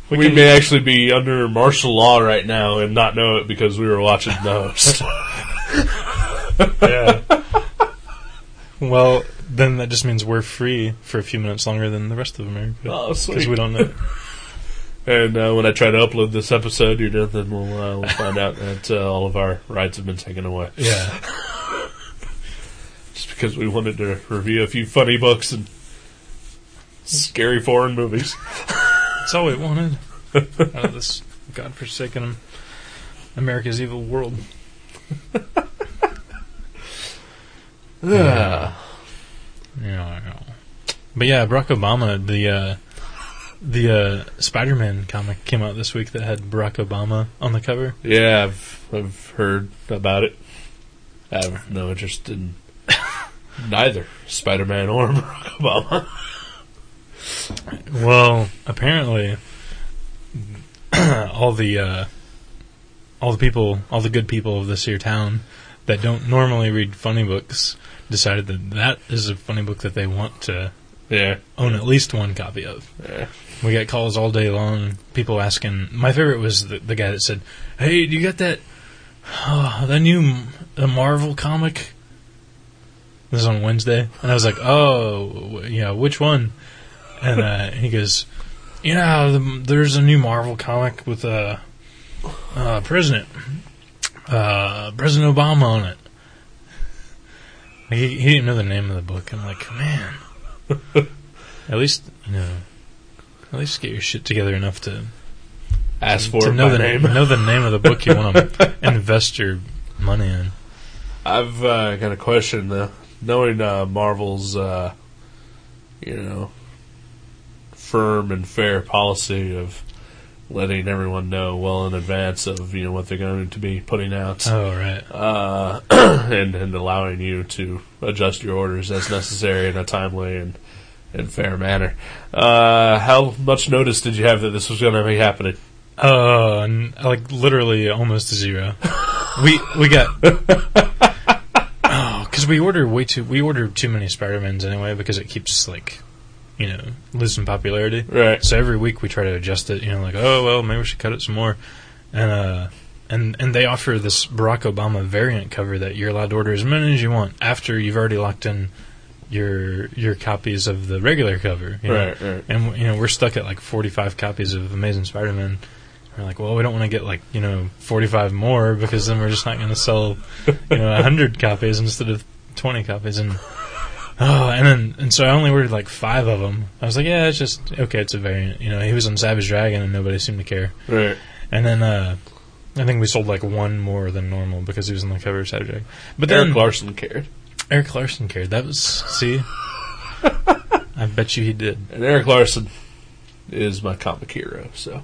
B: We,
C: can-
B: may actually be under martial law right now and not know it because we were watching the host.
C: Yeah. well, then that just means we're free for a few minutes longer than the rest of America.
B: Oh, sweet.
C: Because we don't know.
B: And uh, when I try to upload this episode, you know, then we'll uh, we'll find out that uh, all of our rides have been taken away.
C: Yeah.
B: Just because we wanted to review a few funny books and scary foreign movies.
C: That's all we wanted out of this godforsaken America's evil world.
B: Yeah.
C: Yeah, yeah. But yeah, Barack Obama, the uh, the uh, Spider-Man comic came out this week that had Barack Obama on the cover.
B: Yeah, I've I've heard about it. I have no interest in neither Spider-Man or Barack Obama.
C: Well, apparently, all the uh, all the people, all the good people of this here town that don't normally read funny books decided that that is a funny book that they want to
B: Yeah.
C: own at least one copy of.
B: Yeah.
C: We got calls all day long. People asking. My favorite was the, the guy that said, "Hey, do you got that uh, that new M- the Marvel comic?" This is on Wednesday, and I was like, "Oh, w- yeah, which one?" And uh, he goes, "Yeah, the, there's a new Marvel comic with uh, uh, President uh, President Obama on it." He, he didn't know the name of the book. I'm like, man. At least, you know, at least get your shit together enough to,
B: Ask for
C: to
B: it
C: know,
B: by
C: the,
B: name.
C: know the name of the book you want to invest your money in.
B: I've uh, got a question though. Knowing uh, Marvel's, uh, you know, firm and fair policy of letting everyone know well in advance of you know what they're going to be putting out,
C: Oh, right.
B: uh, and and allowing you to adjust your orders as necessary in a timely and and fair manner. Uh, how much notice did you have that this was going to be happening?
C: Uh, n- like literally almost zero. We we got oh, because we order way too we order too many Spider Mans anyway because it keeps like you know losing popularity.
B: Right.
C: So every week we try to adjust it. You know, like oh well, maybe we should cut it some more. And uh, and and they offer this Barack Obama variant cover that you're allowed to order as many as you want after you've already locked in your your copies of the regular cover. you know.
B: Right. Right.
C: And you know, we're stuck at like 45 copies of Amazing Spider-Man. We're like, well, we don't want to get like you know 45 more because then we're just not going to sell you know 100 copies instead of 20 copies. And oh, and then and so I only ordered like five of them. I was like, yeah, it's just okay, it's a variant. You know, he was on Savage Dragon and nobody seemed to care.
B: Right.
C: And then uh, I think we sold like one more than normal because he was on the cover of Savage Dragon. But then
B: Eric Larson cared.
C: Eric Larson cared. That was see. I bet you he did.
B: And Eric Larson is my comic hero, so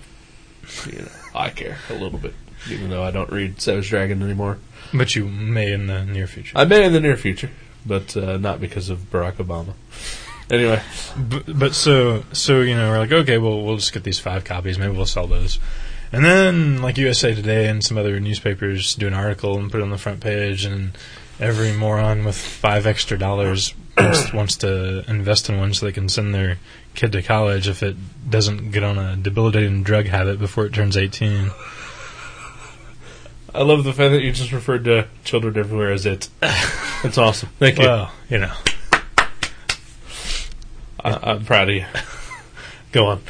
B: you know I care a little bit, even though I don't read Savage Dragon anymore.
C: But you may in the near future.
B: I may in the near future, but uh, not because of Barack Obama. Anyway,
C: But, but so so you know we're like okay well we'll just get these five copies maybe we'll sell those and then like USA Today and some other newspapers do an article and put it on the front page and every moron with five extra dollars wants, wants to invest in one so they can send their kid to college if it doesn't get on a debilitating drug habit before it turns 18
B: I love the fact that you just referred to children everywhere as it. That's awesome. Thank you.
C: Well, you know,
B: I, I'm proud of you. Go on.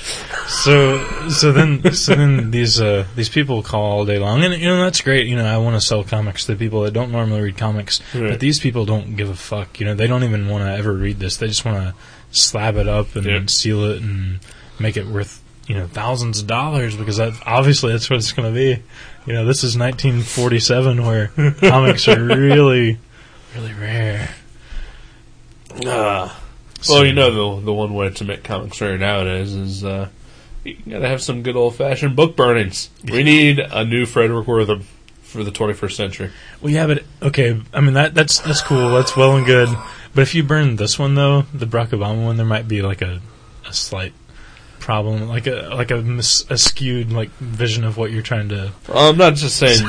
C: so so then so then these uh, these people call all day long, and you know that's great. You know, I want to sell comics to people that don't normally read comics,
B: Right.
C: but these people don't give a fuck. You know, they don't even want to ever read this. They just want to slab it up and
B: Yep.
C: seal it and make it worth you know thousands of dollars because that obviously that's what it's going to be. You know, this is 1947 where comics are really really rare.
B: Ah. Well, you know the the one way to make comics rare nowadays is uh, you gotta have some good old fashioned book burnings. We need a new Frederick Wortham for the 21st century.
C: Well, yeah, but okay. I mean, that that's that's cool. That's well and good. But if you burn this one though, the Barack Obama one, there might be like a, a slight problem, like a like a, mis- a skewed like vision of what you're trying to.
B: Well, I'm not just saying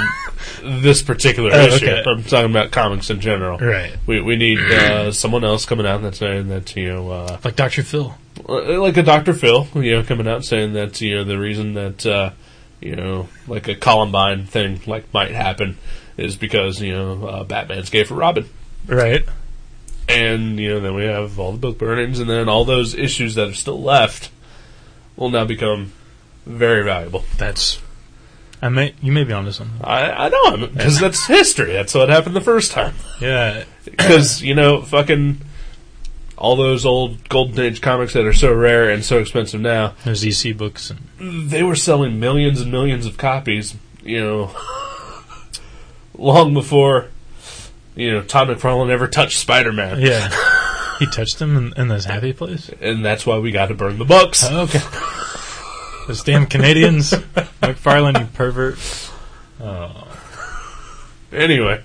B: this particular
C: Oh,
B: issue.
C: okay.
B: I'm talking about comics in general.
C: Right.
B: We we need uh, someone else coming out and saying that you know uh,
C: Like Dr. Phil.
B: Uh, like a Dr. Phil, you know, coming out saying that you know the reason that uh, you know like a Columbine thing like might happen is because you know uh, Batman's gay for Robin,
C: Right.
B: and you know then we have all the book burnings, and then all those issues that are still left will now become very valuable.
C: That's. I may you may be onto something.
B: I, I know because that's history. That's what happened the first time.
C: Yeah.
B: Because you know fucking. All those old Golden Age comics that are so rare and so expensive now,
C: There's EC books. And,
B: they were selling millions and millions of copies, you know, long before, you know, Todd McFarlane ever touched Spider Man.
C: yeah. he touched them in, in this happy place.
B: And that's why we got to burn the books.
C: Okay. Those damn Canadians, McFarlane, you pervert. Oh.
B: Anyway,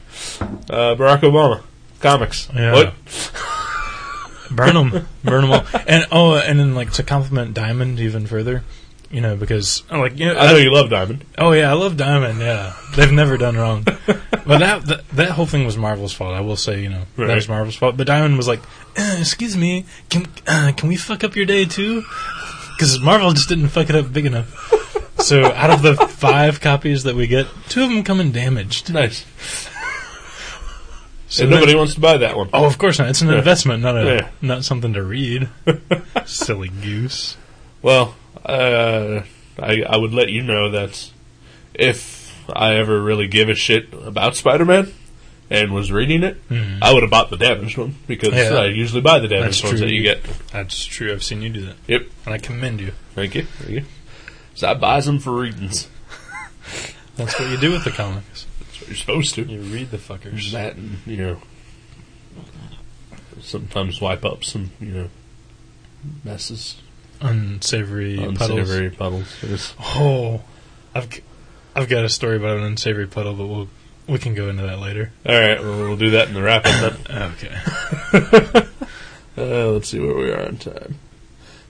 B: uh, Barack Obama, comics.
C: Yeah.
B: What?
C: burn them, burn them all. And oh, and then like to compliment Diamond even further, you know, because I'm like you know,
B: I know you love Diamond.
C: oh yeah, I love Diamond. Yeah, they've never done wrong. but that, that that whole thing was Marvel's fault. I will say, you know,
B: Right.
C: that was Marvel's fault. But Diamond was like, uh, "Excuse me, can uh, can we fuck up your day too?" Because Marvel just didn't fuck it up big enough. So out of the five copies that we get, two of them come in damaged.
B: Nice.
C: So
B: and
C: then-
B: nobody wants to buy that one.
C: Oh, of course not. It's an
B: Yeah.
C: investment, not a
B: Yeah.
C: not something to read. Silly goose.
B: Well, uh, I, I would let you know that if I ever really give a shit about Spider Man and was reading it,
C: Mhm.
B: I would have bought the damaged one because
C: Yeah.
B: I usually buy the damaged
C: That's
B: ones
C: true.
B: that you get.
C: That's true. I've seen you do that,
B: Yep.
C: and I commend you.
B: Thank you. Thank you. So I buys them for readings.
C: That's what you do with the comics.
B: That's what you're supposed to.
C: You read the fuckers.
B: That and, you know, sometimes wipe up some, you know, messes.
C: unsavory puddles.
B: Unsavory Um, puddles. Yes.
C: Oh, I've g- I've got a story about an unsavory puddle, but we'll we can go into that later.
B: All right, well, we'll do that in the wrap up then.
C: Okay.
B: Uh, let's see where we are on time.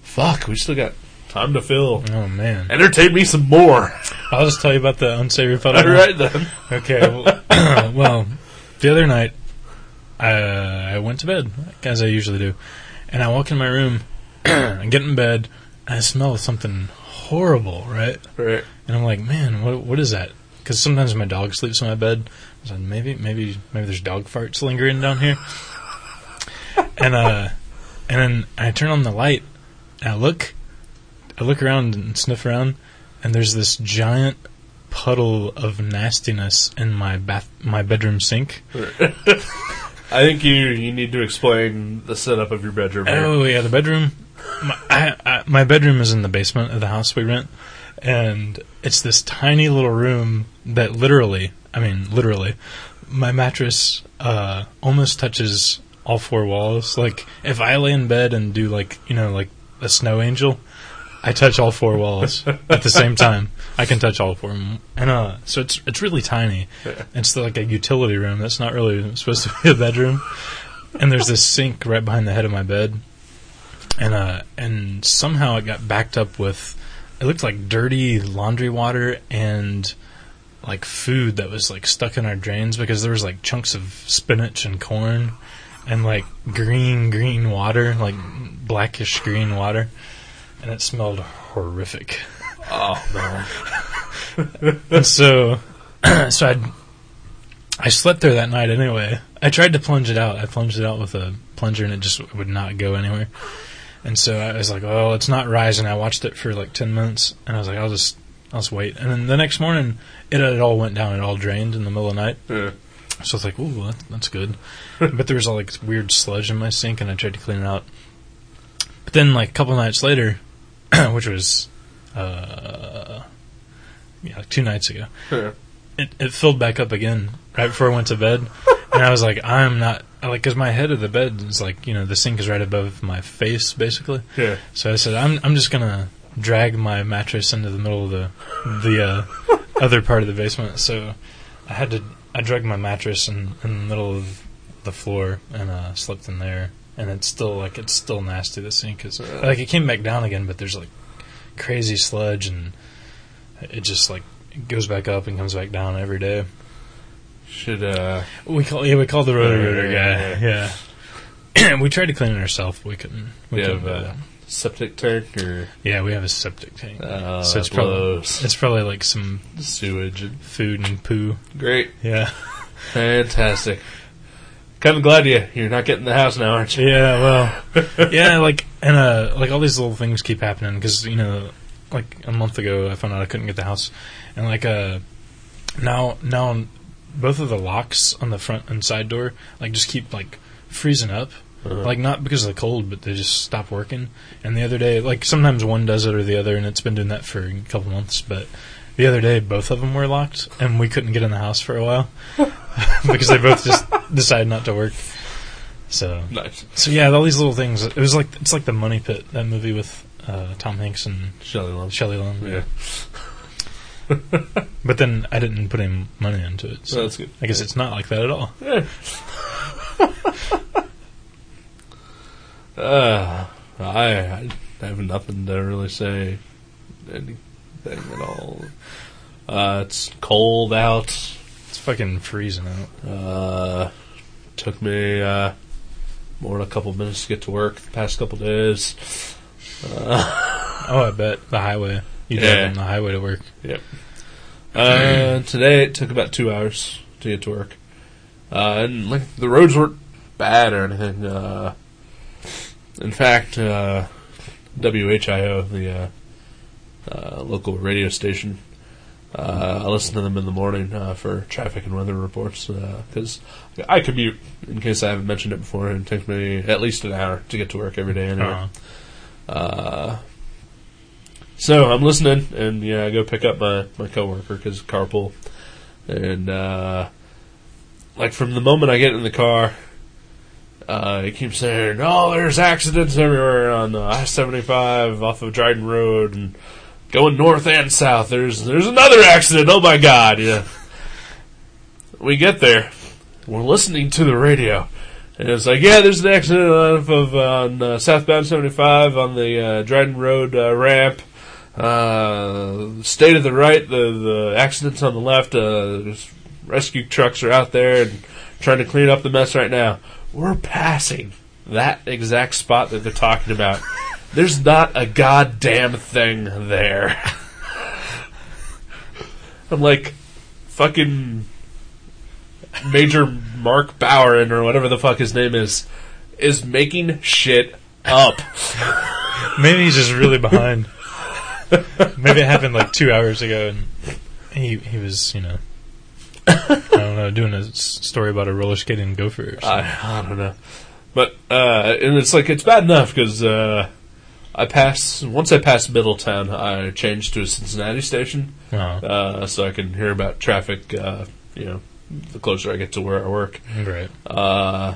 B: Fuck, we still got time to fill.
C: Oh man,
B: Entertain me some more.
C: I'll just tell you about the unsavory puddle.
B: All right then.
C: Okay. Well, well, the other night, I, I went to bed as I usually do, and I walk in my room, I get in bed, and I smell something horrible, right?
B: All right.
C: And I'm like, man, what what is that? Because sometimes my dog sleeps in my bed. I said, maybe maybe maybe there's dog farts lingering down here. and uh, and then I turn on the light, and I look, I look around and sniff around, and there's this giant puddle of nastiness in my bath my bedroom sink.
B: I think you you need to explain the setup of your bedroom. here.
C: Oh yeah, the bedroom. My, I, I, my bedroom is in the basement of the house we rent, and it's this tiny little room that literally, I mean, literally, my mattress uh, almost touches all four walls. Like if I lay in bed and do like you know like a snow angel, I touch all four walls at the same time. I can touch all four, of 'em. and uh, so it's it's really tiny. It's like a utility room that's not really supposed to be a bedroom. And there's this sink right behind the head of my bed, and uh, and somehow it got backed up with it looked like dirty laundry water and like food that was like stuck in our drains because there was like chunks of spinach and corn and like green green water like blackish green water and it smelled horrific
B: Oh, man.
C: and so so I I slept there that night anyway. I tried to plunge it out. I plunged it out with a plunger, and it just would not go anywhere. And so I was like, "Oh, it's not rising." I watched it for like ten minutes, and I was like, "I'll just, I'll just wait." And then the next morning, it, it all went down. It all drained in the middle of the night.
B: Yeah.
C: So I was like, "Ooh, that, that's good," but there was all like this weird sludge in my sink, and I tried to clean it out. But then, like a couple nights later, which was, uh, yeah, like two nights ago,
B: Yeah.
C: it, it filled back up again right before I went to bed, and I was like, "I'm not like," because my head of the bed is like, you know, the sink is right above my face, basically.
B: Yeah.
C: So I said, "I'm I'm just gonna drag my mattress into the middle of the the uh, other part of the basement." So I had to I dragged my mattress in, in the middle of the floor and uh, slept in there. And it's still like it's still nasty. The sink is like it came back down again, but there's like crazy sludge and it just like goes back up and comes back down every day.
B: Should uh
C: We call yeah we call the rotor rooter
B: Yeah,
C: guy yeah. we tried to clean it ourselves. but We couldn't. We
B: Yeah,
C: couldn't do
B: but-
C: that.
B: septic tank or
C: Yeah, we have a septic tank.
B: uh,
C: so it's probably
B: blows
C: it's probably like some
B: sewage? And,
C: food and poo.
B: great,
C: Yeah,
B: fantastic. Kind of glad you you're not getting the house now, aren't you?
C: yeah. Well, yeah, like and uh, like all these little things keep happening because you know, like a month ago, I found out I couldn't get the house, and like uh, now now both of the locks on the front and side door like just keep like freezing up.
B: Uh-huh.
C: Like not because of the cold, but they just stop working. And the other day, like sometimes one does it or the other, and it's been doing that for a couple months. But the other day, both of them were locked, and we couldn't get in the house for a while because they both just decided not to work. So,
B: Nice.
C: so yeah, all these little things. It was like it's like the Money Pit that movie with uh, Tom Hanks and
B: Shelley Lump.
C: Shelley Long.
B: Yeah,
C: But then I didn't put any money into it,
B: so
C: so
B: that's good.
C: I guess it's not like that at all.
B: Uh, I, I have nothing to really say anything at all. Uh, it's cold out.
C: It's fucking freezing out.
B: Uh, took me uh, more than a couple minutes to get to work the past couple days.
C: Oh, I bet the highway. You drive
B: Yeah.
C: on the highway to work.
B: Uh, today it took about two hours to get to work, uh, and like the roads weren't bad or anything. Uh, in fact, uh, WHIO, the uh, uh, local radio station, uh, I listen to them in the morning uh, for traffic and weather reports because I commute. In case I haven't mentioned it before, and it takes me at least an hour to get to work every day. Anyway.
C: Uh-huh.
B: Uh, so I'm listening, and yeah, I go pick up my my coworker because carpool, and uh, like from the moment I get in the car, uh, he keeps saying, "Oh, there's accidents everywhere on uh, I-75 off of Dryden Road, and going north and south. There's there's another accident. Oh my God!" Yeah. We get there, we're listening to the radio. And it's like, yeah, there's an accident off of on uh, southbound 75 on the uh, Dryden Road uh, ramp. Uh, stay to the right. The the accidents on the left. Uh, there's rescue trucks are out there and trying to clean up the mess right now. We're passing that exact spot that they're talking about. There's not a goddamn thing there. I'm like, fucking Major Mark Bowerin or whatever the fuck his name is is making shit up.
C: Maybe he's just really behind. Maybe it happened like two hours ago, and he he was you know I don't know doing a s- story about a roller skating gopher. Or something.
B: I, I don't know, but uh, and it's like it's bad enough because uh, I pass once I pass Middletown, I change to a Cincinnati station
C: Wow,
B: uh, so I can hear about traffic. Uh, you know, the closer I get to where I work,
C: Oh, great.
B: uh,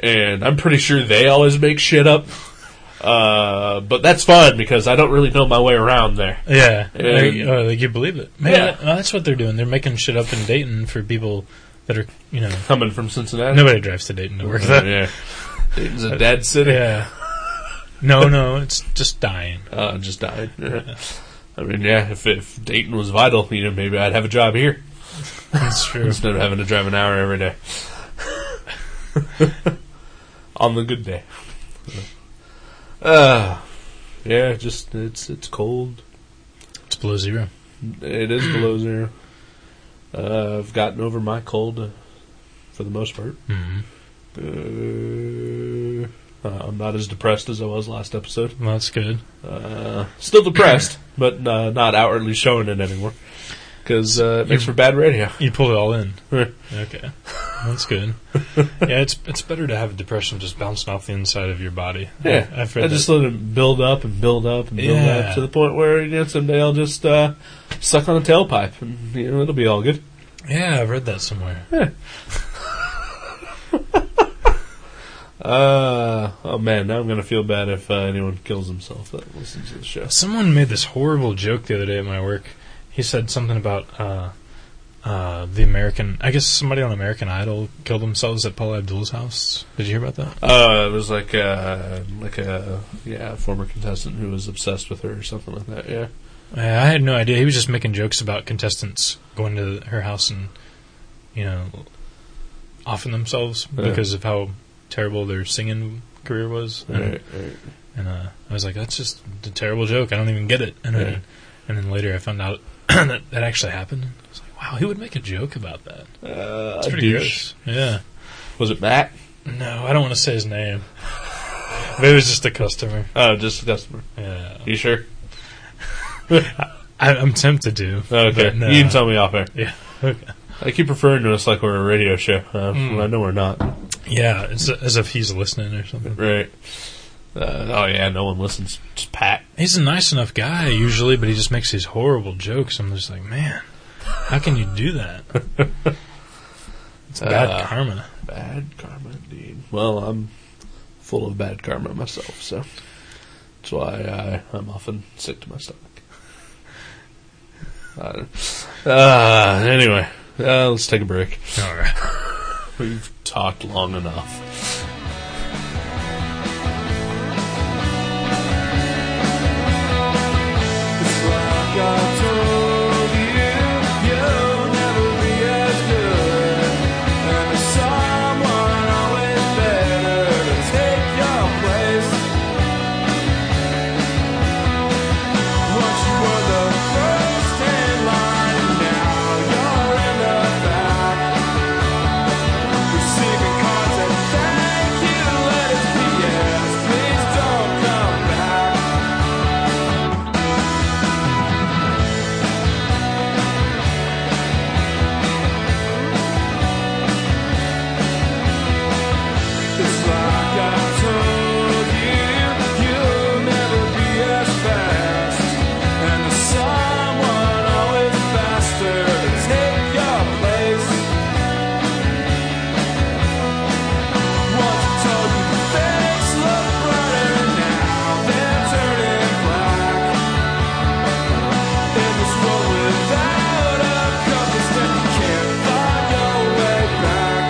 B: and I'm pretty sure they always make shit up. Uh, but that's fine because I don't really know my way around there.
C: Yeah,
B: Yeah.
C: Like, oh, like you believe it? Man,
B: Yeah.
C: that- well, that's what they're doing. They're making shit up in Dayton for people that are you know
B: Coming from Cincinnati,
C: nobody drives to Dayton to work.
B: Uh,
C: That
B: yeah. Dayton's a dead city.
C: yeah. No, no, it's just dying.
B: Uh, just died. I mean, yeah, if, if Dayton was vital, you know, maybe I'd have a job here
C: That's true.
B: instead of having to drive an hour every day. On the good day. Uh, yeah, just it's it's cold.
C: It's below zero.
B: It is below zero. Uh, I've gotten over my cold uh, for the most part.
C: hmm
B: Uh, I'm not as depressed as I was last episode.
C: Well, that's good.
B: Uh, still depressed, but uh, not outwardly showing it anymore. Because uh, it makes for bad radio.
C: You pulled it all in. Okay, that's good. yeah, it's it's better to have depression just bouncing off the inside of your body.
B: Yeah,
C: I, have
B: I
C: read
B: just let it build up and build up and build
C: Yeah.
B: up to the point where you know, someday I'll just uh, suck on a tailpipe and you know it'll be all good.
C: that. Yeah, I've read that somewhere.
B: Uh, oh man, now I'm gonna feel bad if uh, anyone kills himself that listens to the show.
C: Someone made this horrible joke the other day at my work. He said something about uh, uh, the American. I guess somebody on American Idol killed themselves at Paul Abdul's house. Did you hear about that?
B: Uh, it was like uh like a yeah former contestant who was obsessed with her or something like that. Yeah,
C: I, Uh, I had no idea. He was just making jokes about contestants going to her house and you know offing themselves
B: Yeah.
C: because of how terrible their singing career was. And-
B: Right, right.
C: And uh, I was like, that's just a terrible joke. I don't even get it. And
B: Yeah.
C: then, and then later I found out that that actually happened. I was like, wow, who would make a joke about that?
B: Uh,
C: That's
B: a
C: pretty
B: douche.
C: gross. Yeah.
B: Was it Matt?
C: No, I don't want to say his name. Maybe it was just a customer.
B: Oh, just a customer.
C: Yeah.
B: You sure?
C: I, I'm tempted to.
B: Okay,
C: but no.
B: you can tell me off air.
C: Yeah.
B: I keep referring to us like we're a radio show. Uh,
C: Mm.
B: I know we're not.
C: Yeah, it's as if he's listening or something.
B: Right. Uh, oh yeah, no one listens. It's Pat.
C: He's a nice enough guy usually, but he just makes these horrible jokes. I'm just like, man, how can you do that? It's bad
B: Uh,
C: karma.
B: Bad karma indeed. Well, I'm full of bad karma myself, so that's why I, I'm often sick to my stomach. I don't- Uh, anyway, uh, let's take a break.
C: All right.
B: We've talked long enough.
D: It's like I told you, you'll never be as good. And there's someone always better to take your place. Once you were the first in line, now you're in the back. Receiving cards and thank you letters, P.S. Please don't come back. It's like I told you, you'll never be as fast. And there's someone always faster to take your place. Once I told you things look brighter now, they're turning black. In this world without a compass, then you can't find your way back.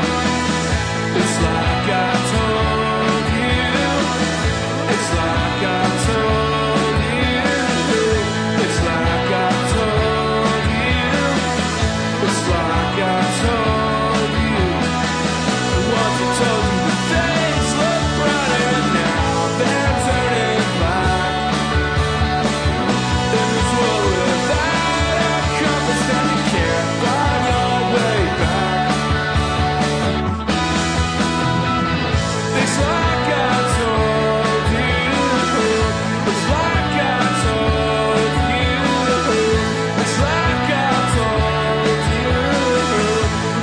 D: It's like I told you. It's like I told you. It's like I told you. It's like I told you. Once I told you that things look brighter now, they're turning black. In this world without a compass, then you can't find your way back. It's like I told you. It's like I told you. It's like I told you.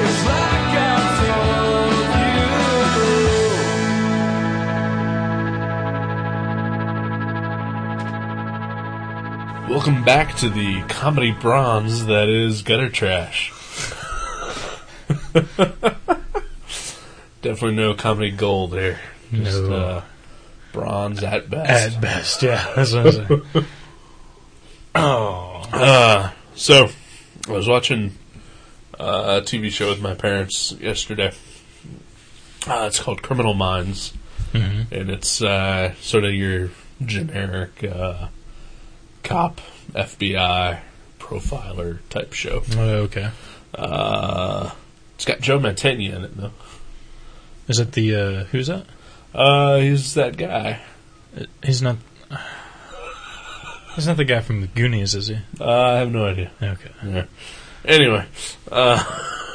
D: It's like I told you.
B: Welcome back to the comedy bronze that is gutter trash. Definitely no comedy gold there. Just
C: No.
B: uh, bronze at best.
C: At best, yeah. That's what I was like. oh.
B: Uh, so, I was watching uh, a TV show with my parents yesterday. Uh, it's called Criminal Minds,
C: Mhm.
B: and it's uh, sort of your generic uh, cop, FBI, profiler type show.
C: Oh, okay.
B: Uh, it's got Joe Mantegna in it, though.
C: Is it the uh, who's that?
B: Uh, he's that guy.
C: Uh, He's not. He's not the guy from the Goonies, is he?
B: Uh, I have no idea.
C: Okay.
B: Yeah. Anyway, uh,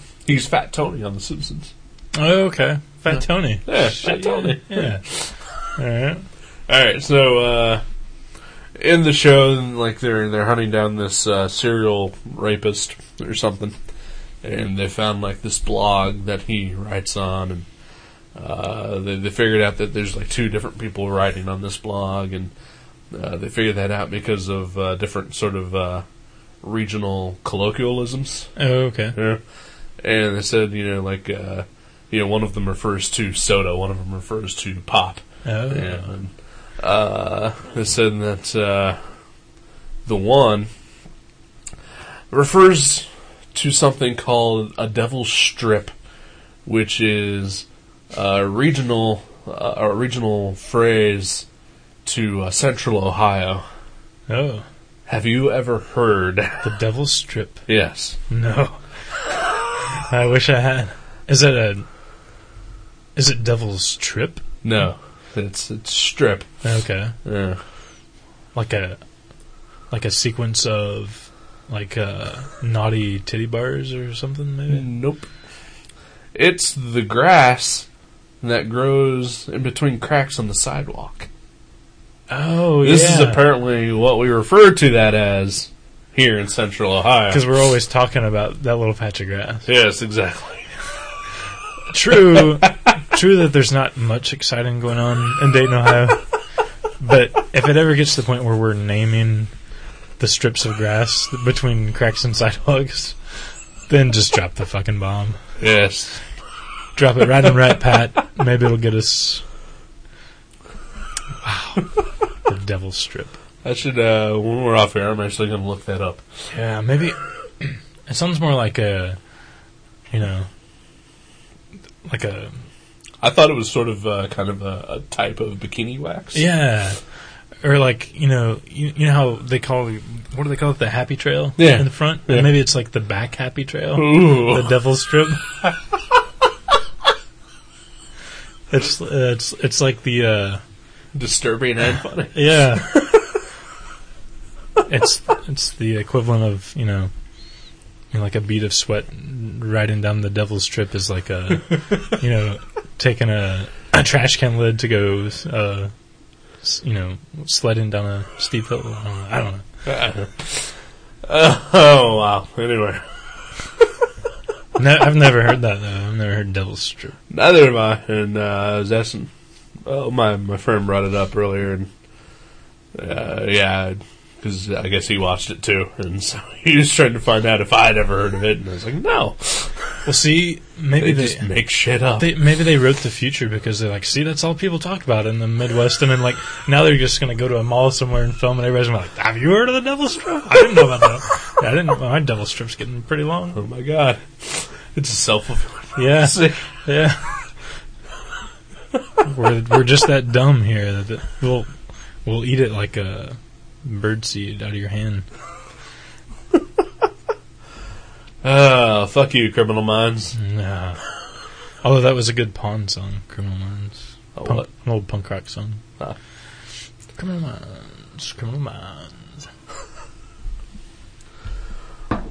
B: he's Fat Tony on The Simpsons.
C: Oh, okay. Fat Tony.
B: Yeah, Fat
C: Shit,
B: Tony.
C: Yeah. All right.
B: All right, so uh, in the show, like they're they're hunting down this uh, serial rapist or something, and they found like this blog that he writes on, and uh, they they figured out that there's like two different people writing on this blog, and uh, they figured that out because of uh, different sort of uh, regional colloquialisms.
C: Oh, okay.
B: Yeah. And they said, you know, like, uh, you know, one of them refers to soda, one of them refers to pop.
C: Oh.
B: And, uh, they said that uh, the one refers to something called a devil's strip, which is a regional, uh, a regional phrase to uh, central Ohio.
C: Oh.
B: Have you ever heard?
C: The Devil's Strip.
B: yes.
C: No. I wish I had. Is it a? Is it Devil's Trip?
B: No. It's it's strip. Uh,
C: Okay.
B: Yeah.
C: Like a, like a sequence of, like uh, naughty titty bars or something maybe.
B: Nope. It's the grass that grows in between cracks on the sidewalk.
C: Oh
B: This
C: yeah.
B: is apparently what we refer to that as here in central Ohio.
C: because we're always talking about that little patch of grass.
B: Yes, exactly.
C: True, true that there's not much exciting going on in Dayton, Ohio. but if it ever gets to the point where we're naming the strips of grass between cracks and sidewalks, then just drop the fucking bomb.
B: Yes.
C: Drop it right in right, Pat. Maybe it'll get us. Wow, the devil strip.
B: I should, uh, when we're off air, I'm actually going to look that up.
C: Yeah, maybe it sounds more like a, you know, like a
B: I thought it was sort of uh, kind of a, a type of bikini wax.
C: Yeah. Or like you know you, you know how they call what do they call it the happy trail
B: Yeah.
C: in the front
B: Yeah.
C: maybe it's like the back happy trail the
B: Ooh.
C: devil strip it's uh, it's it's like the uh,
B: Disturbing and funny.
C: yeah it's it's the equivalent of you know, you know, like a bead of sweat riding down the devil strip is like a you know taking a, a trash can lid to go uh, s- you know sledding down a steep hill I don't know, I don't know.
B: Uh, oh, wow. Anyway.
C: No, I've never heard that though. I've never heard Devil's Strip.
B: Neither have I. And uh, I was asking, oh, my my friend brought it up earlier, and uh, yeah, because I guess he watched it too, and so he was trying to find out if I'd ever heard of it, and I was like, no,
C: Well, see,
B: they
C: maybe they,
B: just make shit up.
C: they maybe they wrote the future because they're like, see, that's all people talk about in the Midwest, and then like now they're just gonna go to a mall somewhere and film, and everybody's gonna be like, have you heard of the Devil's Strip? I didn't know about that. Yeah, I didn't. Well, my Devil's Strip's getting pretty long.
B: oh my god, it's a self fulfilling.
C: Yeah, yeah. we're we're just that dumb here that the, we'll we'll eat it like a bird seed out of your hand.
B: Oh, fuck you, criminal minds.
C: Nah. Although that was a good pawn song, Criminal Minds.
B: Oh,
C: Punk-
B: what?
C: An old punk rock song.
B: Ah.
C: Criminal Minds, Criminal Minds.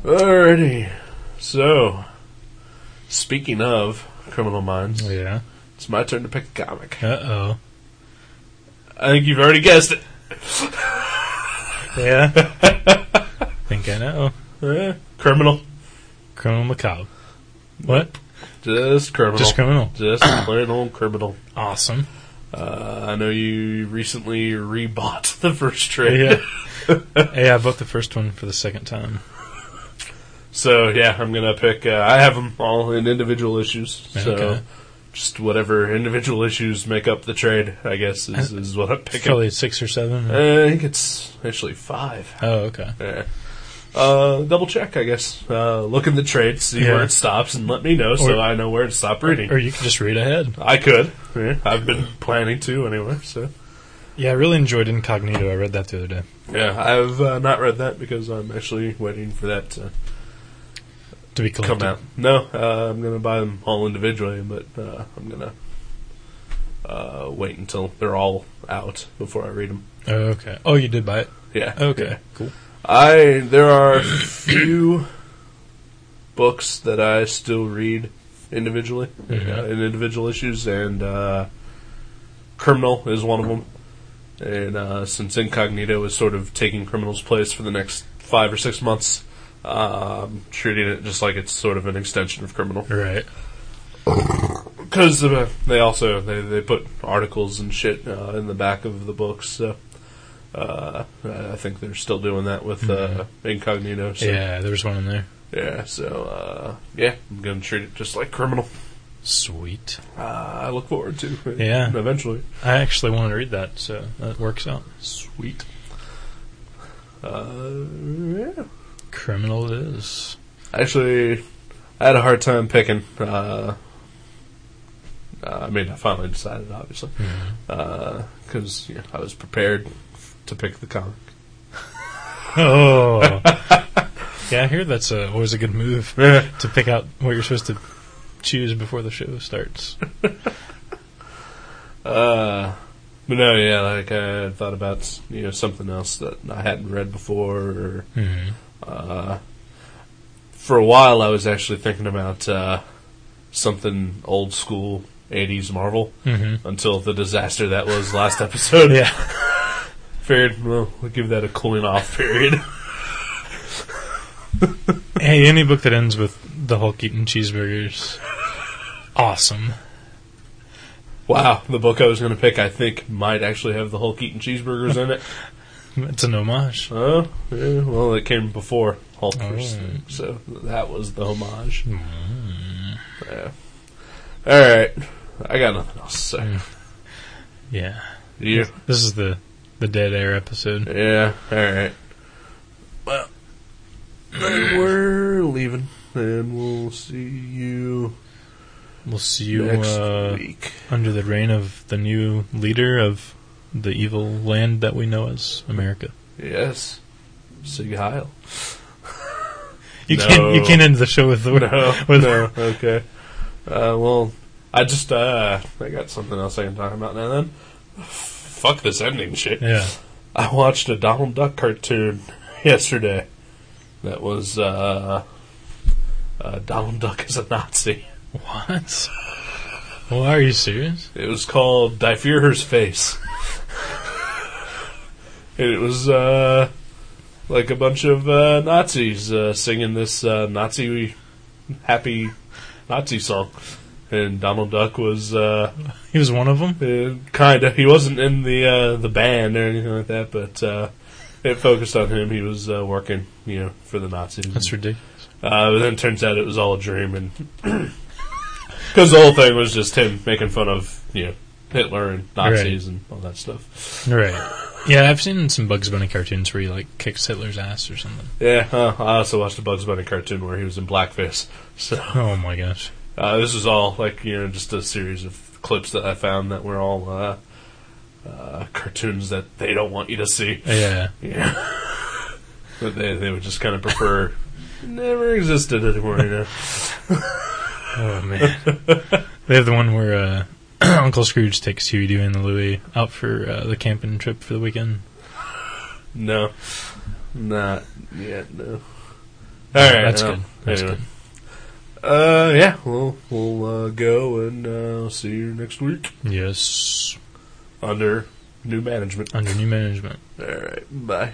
B: Alrighty. So, speaking of criminal minds,
C: Yeah.
B: it's my turn to pick a comic.
C: Uh oh.
B: I think you've already guessed it.
C: Yeah. Think I know.
B: Eh, criminal.
C: Criminal Macabre. What?
B: Just criminal.
C: Just criminal.
B: Just a plain old criminal.
C: Awesome.
B: Uh, I know you recently rebought the first trade.
C: Yeah. yeah, I bought the first one for the second time.
B: So, yeah, I'm going to pick. Uh, I have them all in individual issues.
C: Okay.
B: So, just whatever individual issues make up the trade, I guess,
C: Uh,
B: is, is what I'm
C: It's
B: picking.
C: probably six or seven.
B: Uh, I think it's actually five.
C: oh, okay.
B: Yeah. Uh, double check, I guess. Uh, look in the trade, see
C: Yeah.
B: where it stops, and let me know so
C: Or-
B: I know where to stop reading.
C: Or you can just read ahead.
B: I could. Yeah, I've been planning to anyway, so.
C: Yeah, I really enjoyed Incognito. I read that the other day.
B: Yeah, I've uh, not read that because I'm actually waiting for that to
C: To to be collected.
B: come out. No, uh, I'm going to buy them all individually, but uh, I'm going to uh, wait until they're all out before I read them.
C: Oh, okay. Oh, you did buy it.
B: Yeah.
C: Okay.
B: yeah.
C: Cool.
B: I there are few books that I still read individually
C: Mhm.
B: uh, in individual issues, and uh, Criminal is one of them. And uh, since Incognito is sort of taking Criminal's place for the next five or six months, uh, I'm treating it just like it's sort of an extension of Criminal
C: Right.
B: because uh, they also they, they put articles and shit uh, in the back of the books. So uh, I I think they're still doing that with uh, Incognito. So,
C: Yeah, there was one in there.
B: yeah, So uh, yeah, I'm gonna treat it just like criminal.
C: Sweet.
B: Uh, I look forward to it
C: Yeah.
B: eventually.
C: I actually wanted to read that, so that works out.
B: Sweet. Uh, yeah.
C: Criminal it is.
B: Actually, I had a hard time picking. Uh, uh, I mean, I finally decided, obviously,
C: Hmm.
B: because you know, I was prepared to pick the comic.
C: Oh. yeah, I hear that's a, always a good move to pick out what you're supposed to choose before the show starts.
B: Uh, but no, yeah, like I had thought about you know something else that I hadn't read before. Or,
C: Mm-hmm.
B: uh, for a while, I was actually thinking about uh, something old school '80s Marvel
C: Mm-hmm.
B: until the disaster that was last episode.
C: Yeah.
B: Figured, well, we'll give that a cooling off period.
C: hey, any book that ends with the Hulk eating cheeseburgers. Awesome.
B: wow, the book I was going to pick, I think, might actually have the Hulk eating cheeseburgers in it.
C: It's an homage.
B: Oh, yeah, well, it came before Hulkers,
C: Oh. Hmm.
B: so that was the homage. Yeah. All right, I got nothing else. So.
C: Yeah.
B: You?
C: This is the the dead air episode.
B: Yeah. All right. Well, then we're leaving, and we'll see you,
C: We'll see you
B: next
C: uh,
B: week.
C: under the reign of the new leader of the evil land that we know as America.
B: Yes. Sig Heil.
C: You
B: No.
C: can't you can't end the show with the word.
B: No.
C: with
B: no. Okay. Uh, well, I just uh, I got something else I can talk about now. Then. Fuck this ending shit.
C: Yeah.
B: I watched a Donald Duck cartoon yesterday. That was uh, uh, Donald Duck is a Nazi.
C: What? Well, are you serious?
B: It was called Die Führer's Face. and it was uh, like a bunch of uh, Nazis uh, singing this uh, Nazi happy Nazi song. And Donald Duck was uh,
C: He was one of them.
B: uh, kind of. He wasn't in the uh, the band or anything like that, but uh, it focused on him. He was uh, working, you know, for the Nazis.
C: That's ridiculous.
B: Uh, but then it turns out it was all a dream, and because the whole thing was just him making fun of you know Hitler and Nazis and all that stuff.
C: Right. Yeah, I've seen some Bugs Bunny cartoons where he like kicks Hitler's ass or something.
B: Yeah, uh, I also watched a Bugs Bunny cartoon where he was in blackface. So
C: Oh my gosh.
B: uh, this is all like you know just a series of clips that I found that were all uh, uh, cartoons that they don't want you to see.
C: Yeah.
B: Yeah, but they they would just kind of prefer never existed anymore. You know.
C: Oh man. they have the one where uh, Uncle Scrooge takes Huey, Dewey, and Louie out for uh, the camping trip for the weekend.
B: No. Not yet, no. Alright.
C: that's
B: well,
C: good. That's
B: anyway. Uh, yeah, well, we'll uh, go and uh, see you next week
C: good. Yes.
B: under new management.
C: Under new management.
B: Alright, bye.